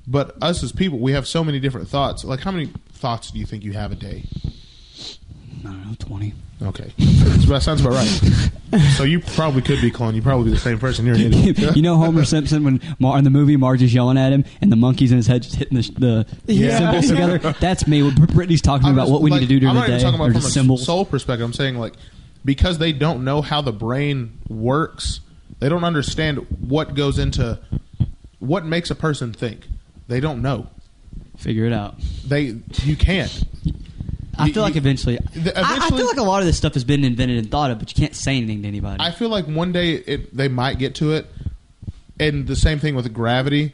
B: But us as people, we have so many different thoughts. Like, how many thoughts do you think you have a day?
A: I don't know, twenty.
B: Okay, That's- that sounds about right. So you probably could be clone. You probably be the same person. You're an idiot.
A: you know Homer Simpson when Mar- in the movie Marge is yelling at him and the monkeys in his head just hitting the, sh- the
C: Yeah.
A: symbols together. That's me. When Brittany's talking
B: I'm
A: about
B: just,
A: what we
B: like,
A: need to do during
B: I'm
A: the
B: not
A: day.
B: even talking
A: or
B: about from a
A: just symbols.
B: soul perspective. I'm saying like because they don't know how the brain works, they don't understand what goes into what makes a person think. They don't know.
A: Figure it out.
B: They you can't.
A: I
B: You-
A: feel like
B: you-
A: eventually,
B: The-
A: I, I
B: eventually-
A: feel like a lot of this stuff has been invented and thought of, but you can't say anything to anybody.
B: I feel like one day it, they might get to it, and the same thing with gravity.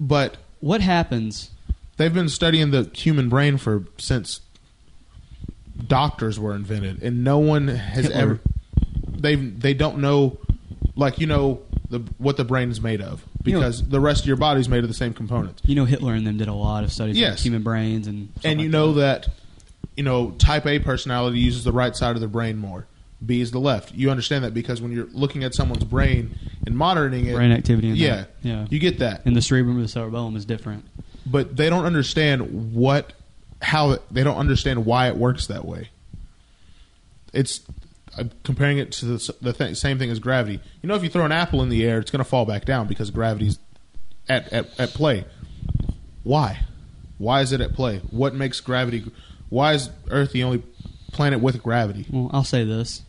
B: But
A: what happens?
B: they've been studying the human brain for since doctors were invented, and no one has
A: Hitler.
B: ever. They they don't know, like you know the what the brain is made of
A: You know-
B: because the rest of your body's made of the same components,
A: You know, Hitler and them did a lot of studies on
B: Yes.
A: human brains and stuff
B: and you
A: like
B: know that you know type A personality uses the right side of their brain more. B is the left. You understand that because when you're looking at someone's brain and monitoring it,
A: Brain activity. And
B: yeah,
A: that. yeah.
B: you get that.
A: and the cerebrum and the cerebellum is different.
B: But they don't understand what, how it, they don't understand why it works that way. It's I'm comparing it to the, s- the th- same thing as gravity. You know, if you throw an apple in the air, it's going to fall back down because gravity's at, at at play. Why? Why is it at play? What makes gravity? Why is Earth the only planet with gravity?
A: Well, I'll say this: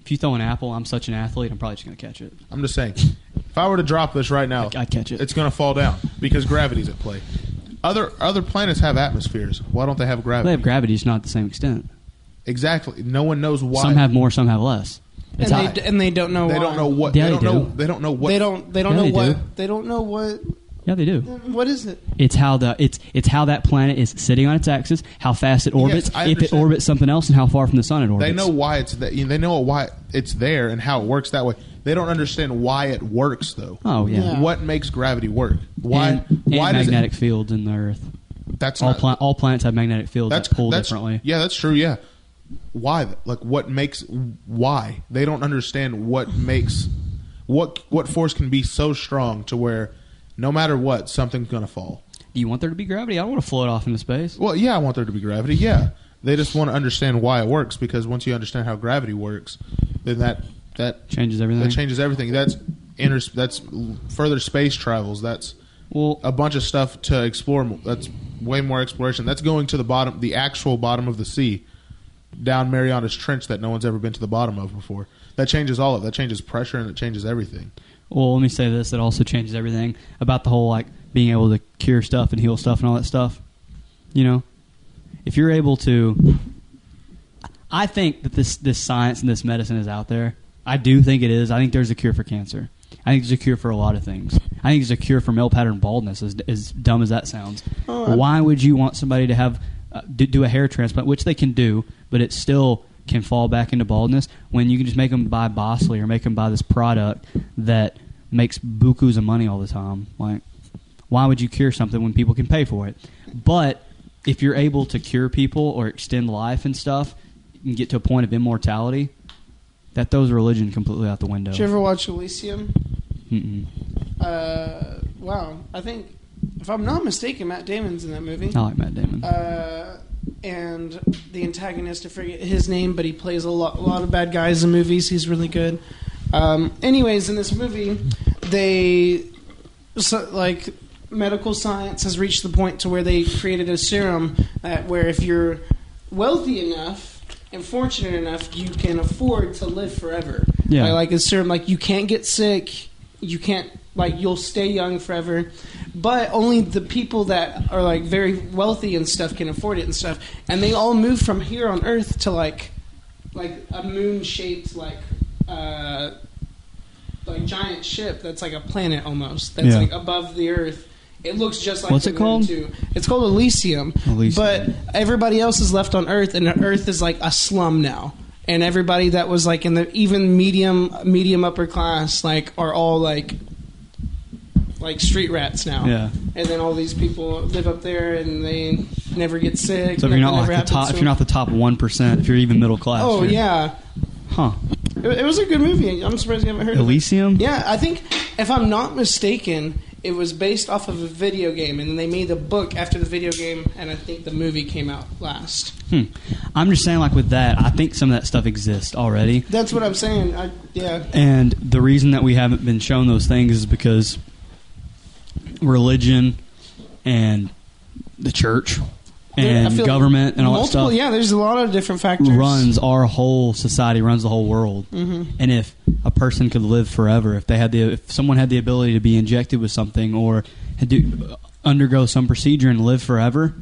A: if you throw an apple, I'm such an athlete, I'm probably just gonna catch it.
B: I'm just saying. If I were to drop this right now,
A: I- I'd catch it.
B: It's going to fall down because gravity's at play. Other other planets have atmospheres. Why don't they have gravity?
A: They have gravity, just not to the same extent.
B: Exactly. No one knows why.
A: Some have more, some have less. It's
C: and,
A: high.
C: they, d- and they don't know.
B: they
C: why.
B: don't know what.
A: Yeah,
B: they
A: they
B: don't know.
A: do.
B: They don't know what.
C: They don't. They don't
A: Yeah,
C: know
A: they
C: what.
A: do.
C: They don't know what.
A: yeah, they do.
C: What is it?
A: It's how the it's it's how that planet is sitting on its axis, how fast it orbits,
B: I
A: if it
B: understand.
A: orbits something else, and how far from the sun it orbits.
B: They know why it's that. You know, they know why it's there and how it works that way. They don't understand why it works though.
A: Oh yeah.
C: Yeah.
B: What makes gravity work? Why?
A: And, and
B: why does
A: magnetic fields in the Earth.
B: It, that's
A: All
B: not,
A: pla- all planets have magnetic fields
B: that's
A: that pull
B: that's,
A: differently.
B: Yeah, that's true. Yeah. Why? th- Like, what makes why they don't understand what makes what what force can be so strong to where no matter what something's gonna fall.
A: Do you want there to be gravity? I don't want to float off into space.
B: Well, yeah, I want there to be gravity. Yeah, they just want to understand why it works because once you understand how gravity works, then that that
A: Changes everything.
B: that changes everything. That's inter that's further space travels. That's
A: well,
B: a bunch of stuff to explore. mo- That's way more exploration. That's going to the bottom, the actual bottom of the sea, down Mariana's Trench that no one's ever been to the bottom of before. That changes all of. That changes pressure and it changes everything.
A: Well, let me say this. It also changes everything about the whole like being able to cure stuff and heal stuff and all that stuff. You know, if you're able to, I think that this this science and this medicine is out there. I do think it is. I think there's a cure for cancer. I think there's a cure for a lot of things. I think there's a cure for male pattern baldness. As, as dumb as that sounds,
C: Oh, I'm-
A: why would you want somebody to have uh, do, do a hair transplant, which they can do, but it still can fall back into baldness when you can just make them buy Bosley or make them buy this product that makes bukus of money all the time? Like, why would you cure something when people can pay for it? But if you're able to cure people or extend life and stuff and get to a point of immortality, that throws religion completely out the window.
C: Did you ever watch Elysium?
A: Mm-mm.
C: Uh, wow. I think, if I'm not mistaken, Matt Damon's in that movie.
A: I like Matt Damon.
C: Uh, and the antagonist, I forget his name, but he plays a lot, a lot of bad guys in movies. He's really good. Um, anyways, in this movie, they so, like medical science has reached the point to where they created a serum that where if you're wealthy enough and fortunate enough, you can afford to live forever.
A: Yeah.
C: By, like a serum, like you can't get sick, you can't like you'll stay young forever, but only the people that are like very wealthy and stuff can afford it and stuff, and they all move from here on Earth to like like a moon shaped like uh like giant ship that's like a planet almost that's
A: Yeah.
C: like above the earth it looks just like
A: What's
C: the
A: it
C: moon,
A: called?
C: too. it's called elysium,
A: Elysium.
C: but everybody else is left on earth and earth is like a slum now and everybody that was like in the even medium medium upper class like are all like like street rats now
A: Yeah.
C: and then all these people live up there and they never get sick
A: so if you're
C: nothing
A: not
C: ever
A: like the
C: happens
A: top,
C: to
A: if you're
C: them.
A: not the top one percent, if you're even middle class.
C: oh
A: you're-
C: yeah
A: Huh.
C: it, it was a good movie. I'm surprised you haven't heard
A: Elysium.
C: of it. Yeah, I think if I'm not mistaken, it was based off of a video game, and then they made a book after the video game, and I think the movie came out last.
A: Hmm. I'm just saying, like with that, I think some of that stuff exists already.
C: That's what I'm saying. I, yeah,
A: And the reason that we haven't been shown those things is because religion and the church
C: There- I
A: and
C: feel
A: government and all that
C: multiple-
A: stuff
C: Yeah, there's a lot of different factors.
A: runs our whole society, runs the whole world. And if a person could live forever, if they had the, if someone had the ability to be injected with something or had to undergo some procedure and live forever,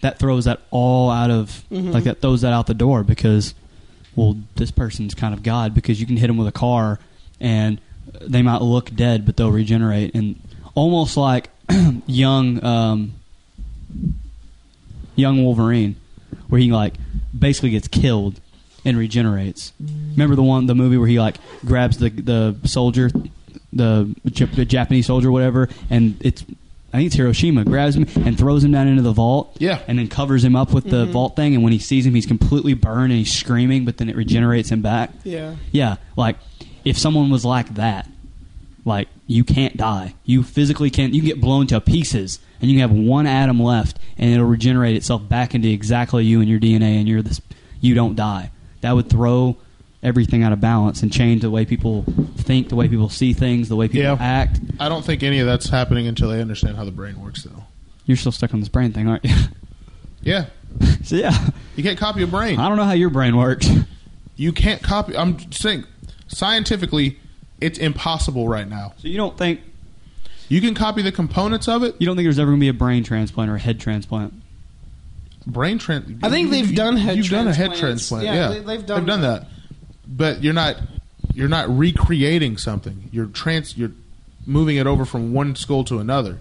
A: that throws that all out of like that throws that out the door because, well, this person's kind of God because you can hit them with a car and they might look dead but they'll regenerate and almost like young um, young Wolverine, where he like basically gets killed and regenerates. Remember the one the movie where he like grabs the the soldier, the, Jap- the Japanese soldier, whatever, and it's I think it's Hiroshima grabs him and throws him down into the vault.
B: Yeah.
A: and then covers him up with the vault thing. And when he sees him, he's completely burned and he's screaming. But then it regenerates him back.
C: Yeah.
A: Yeah, like if someone was like that, like you can't die. You physically can't. You can get blown to pieces, and you can have one atom left, and it'll regenerate itself back into exactly you and your DNA, and you're this. You don't die. That would throw everything out of balance and change the way people think, the way people see things, the way people
B: Yeah.
A: act.
B: I don't think any of that's happening until they understand how the brain works, though.
A: You're still stuck on this brain thing, aren't you?
B: Yeah,
A: so yeah,
B: you can't copy a brain.
A: I don't know how your brain works.
B: You can't copy. I'm saying scientifically, it's impossible right now.
A: So you don't think
B: You can copy the components of it.
A: you don't think there's ever gonna be a brain transplant or a head transplant?
B: Brain transplant.
C: I think they've done head
B: You've done a head
C: transplants.
B: transplant.
C: Yeah,
B: Yeah,
C: they- they've done
B: that. But you're not you're not recreating something. You're trans. You're moving it over from one skull to another.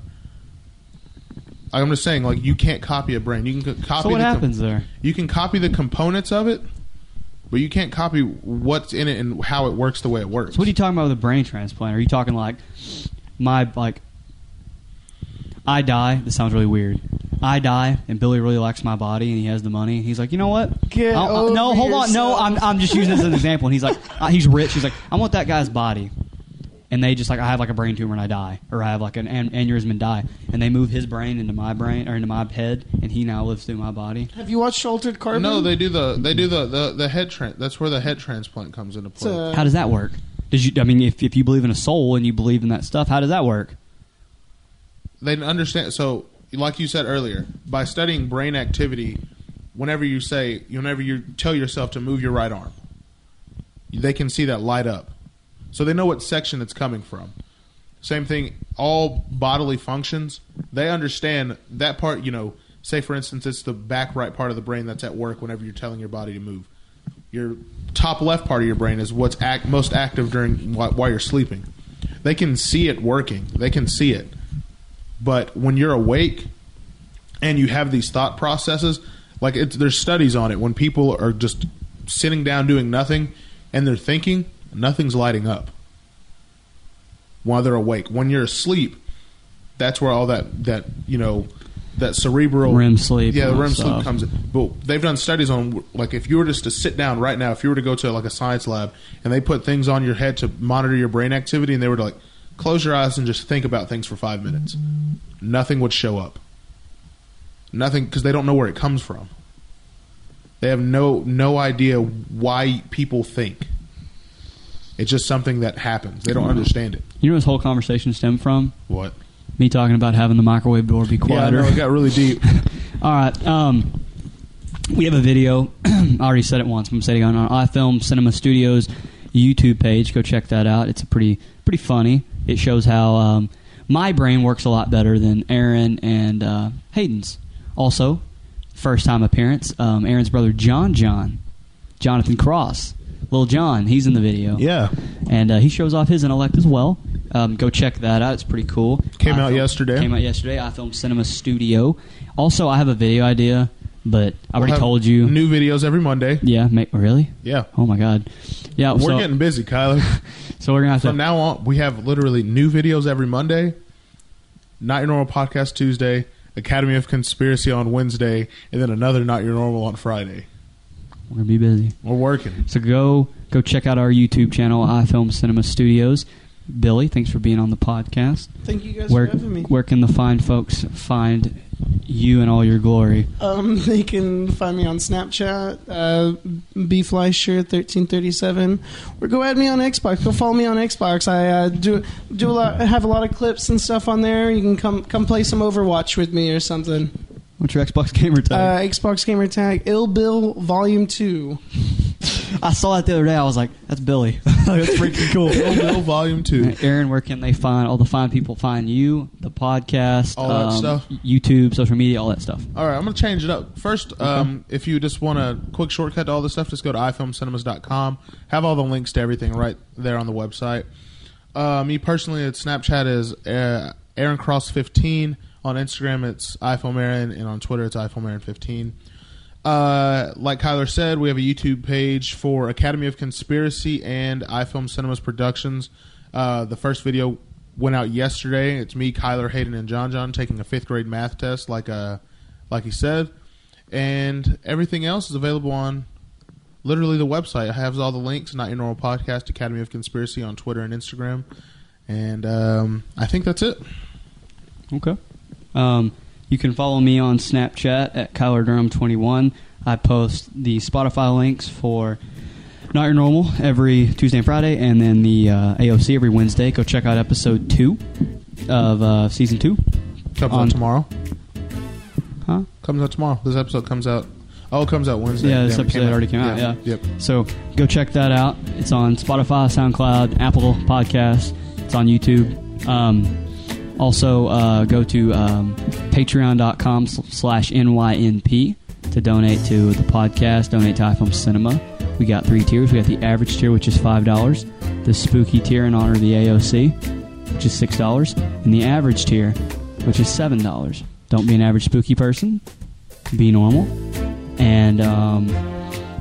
B: I'm just saying, like you can't copy a brain. You can co- copy.
A: so what
B: the com-
A: happens there?
B: You can copy the components of it, but you can't copy what's in it and how it works the way it works.
A: So what are you talking about with a brain transplant? Are you talking like my like I die? This sounds really weird. I die, and Billy really likes my body, and he has the money, and he's like, you know what?
C: Get
A: I'll- I'll- no,
C: over
A: hold on, no,
C: yourself.
A: I'm I'm just using this as an example. And he's like, uh, he's rich. He's like, I want that guy's body, and they just like, I have like a brain tumor and I die, or I have like an an- aneurysm and die, and they move his brain into my brain or into my head, and he now lives through my body.
C: Have you watched Altered Carbon?
B: No, they do the they do the the, the head tran That's where the head transplant comes into
C: It's
B: play.
C: a-
A: How does that work? Did you? I mean, if if you believe in a soul and you believe in that stuff, how does that work?
B: they didn't understand. So, like you said earlier, by studying brain activity, whenever you say, whenever you tell yourself to move your right arm, they can see that light up. So they know what section it's coming from. Same thing, all bodily functions, they understand that part, you know, say for instance, it's the back right part of the brain that's at work whenever you're telling your body to move. Your top left part of your brain is what's act, most active during while, while you're sleeping. They can see it working. They can see it. But when you're awake and you have these thought processes, like it's, there's studies on it. When people are just sitting down doing nothing and they're thinking, nothing's lighting up while they're awake. When you're asleep, that's where all that that you know that cerebral
A: REM sleep
B: yeah,
A: and
B: the
A: all
B: REM
A: that
B: sleep
A: stuff.
B: comes. in. But they've done studies on like if you were just to sit down right now, if you were to go to like a science lab and they put things on your head to monitor your brain activity, and they were to like close your eyes and just think about things for five minutes, nothing would show up. Nothing because they don't know where it comes from. They have no no idea why people think. It's just something that happens. They don't understand it.
A: You know, where this whole conversation stemmed from
B: What?
A: Me talking about having the microwave door be quieter.
B: Yeah, I know, it got really deep.
A: All right. Um, we have a video. I already said it once. but I'm saying it on our iFilm Cinema Studios YouTube page. Go check that out. It's a pretty pretty funny. It shows how um, my brain works a lot better than Aaron and uh, Hayden's. Also, first time appearance. Um, Aaron's brother John John, Jonathan Cross, little John. He's in the video.
B: Yeah,
A: and uh, he shows off his intellect as well. Um, go check that out; it's pretty cool.
B: Came out
A: filmed-
B: yesterday.
A: Came out yesterday. I filmed Cinema Studio. Also, I have a video idea, but I already told you.
B: New videos every Monday.
A: yeah, ma- really?
B: Yeah,
A: Oh my god! Yeah,
B: we're
A: Oh, so,
B: getting busy, Kyler.
A: so we're gonna have to.
B: From now on, we have literally new videos every Monday. Not your normal podcast Tuesday. Academy of Conspiracy on Wednesday, and then another Not Your Normal on Friday.
A: we're gonna be busy.
B: We're working.
A: So go go check out our YouTube channel, I Film Cinema Studios. Billy, thanks for being on the podcast.
C: Thank you guys
A: Where
C: for having me.
A: where can the fine folks find you and all your glory?
C: Um, they can find me on Snapchat, uh, bflyshirt1337, or go add me on Xbox. Go follow me on Xbox. I uh, do do a lot, have a lot of clips and stuff on there. You can come come play some Overwatch with me or something.
A: What's your Xbox gamer tag?
C: Uh, Xbox gamer tag Ill Bill Volume Two. Uh,
A: I saw that the other day. I was like, "That's Billy. Oh, That's freaking cool."
B: Bill Bill Volume Two.
A: Aaron, where can they find all the fine people? Find you, the podcast, um,
B: All that stuff?
A: YouTube, social media, all that stuff.
B: All right, I'm gonna change it up. First, um, if you just want a quick shortcut to all this stuff, just go to ifilmcinemas.com. Have all the links to everything right there on the website. Uh, me personally, at Snapchat is uh, Aaron Cross 15. On Instagram, it's iFilm Aaron, and on Twitter, it's iFilm Aaron 15. Uh, like Kyler said, we have a YouTube page for Academy of Conspiracy and iFilm Cinemas Productions. Uh, the first video went out yesterday. It's me, Kyler, Hayden, and John John taking a fifth grade math test, like uh, like he said, and everything else is available on literally the website. It has all the links. Not your normal podcast, Academy of Conspiracy on Twitter and Instagram, and um, I think that's it.
A: Okay. Um, you can follow me on Snapchat at Kyler Durham 21. I post the Spotify links for Not Your Normal every Tuesday and Friday, and then the uh, AOC every Wednesday. Go check out episode two of uh, season two.
B: Comes
A: On-
B: out tomorrow.
A: Huh?
B: Comes out tomorrow. This episode comes out. Oh, it comes out Wednesday.
A: Yeah, this
B: Damn, it
A: episode already came out, yeah.
B: Yep.
A: So go check that out. It's on Spotify, SoundCloud, Apple Podcasts. It's on YouTube. Um, also, uh, go to um, patreon.com sl- slash NYNP to donate to the podcast, donate to iFilm Cinema. We got three tiers. We got the average tier, which is $5, the spooky tier in honor of the AOC, which is $6, and the average tier, which is $7. Don't be an average spooky person, be normal. And um,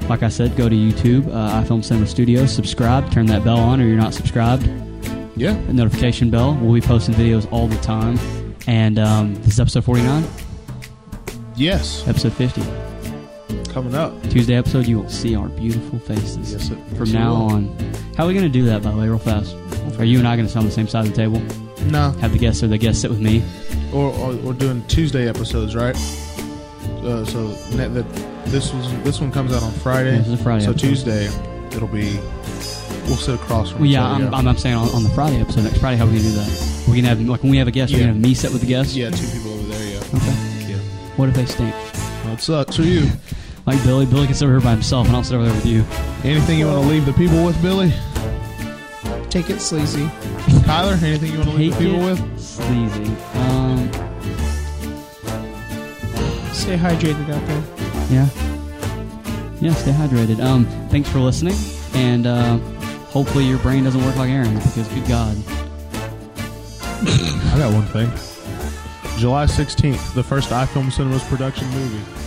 A: like I said, go to YouTube, uh, iFilm Cinema Studios, subscribe, turn that bell on, or you're not subscribed.
B: Yeah.
A: That notification bell. We'll be posting videos all the time. And um, this is episode 49,
B: Yes.
A: episode 50.
B: Coming up.
A: Tuesday episode, you will see our beautiful faces.
B: Yes, it- yes,
A: From
B: it
A: now
B: will.
A: on. How are we going to do that, by the way, real fast? Are you and I going to sit on the same side of the table?
B: No.
A: Have the guests or the guests sit with me?
B: Or, or we're doing Tuesday episodes, right? Uh, so ne- the, this was this one comes out on Friday.
A: Yeah, this is a Friday
B: So
A: episode.
B: Tuesday, it'll be we'll sit across from.
A: Well,
B: each
A: yeah,
B: other,
A: I'm, I'm, I'm saying on, on the Friday episode, next Friday, how are we going to do that? We're going to have, like, when we have a guest, we're
B: Yeah.
A: going to have me sit with the guest?
B: yeah, two people over there. Yeah.
A: Okay.
B: Yeah.
A: What if they stink?
B: Well, it sucks for you.
A: Like Billy, Billy can sit over here by himself, and I'll sit over there with you.
B: Anything you want to leave the people with, Billy?
C: Take it sleazy.
B: Kyler, anything you want to leave the
A: Take
B: people
A: it
B: with?
A: sleazy. Um,
C: Stay hydrated out there.
A: yeah, yeah. Stay hydrated. Um, thanks for listening, and uh, hopefully your brain doesn't work like Aaron's because good God,
B: I got one thing. July 16th, the first iFilm Cinemas production movie.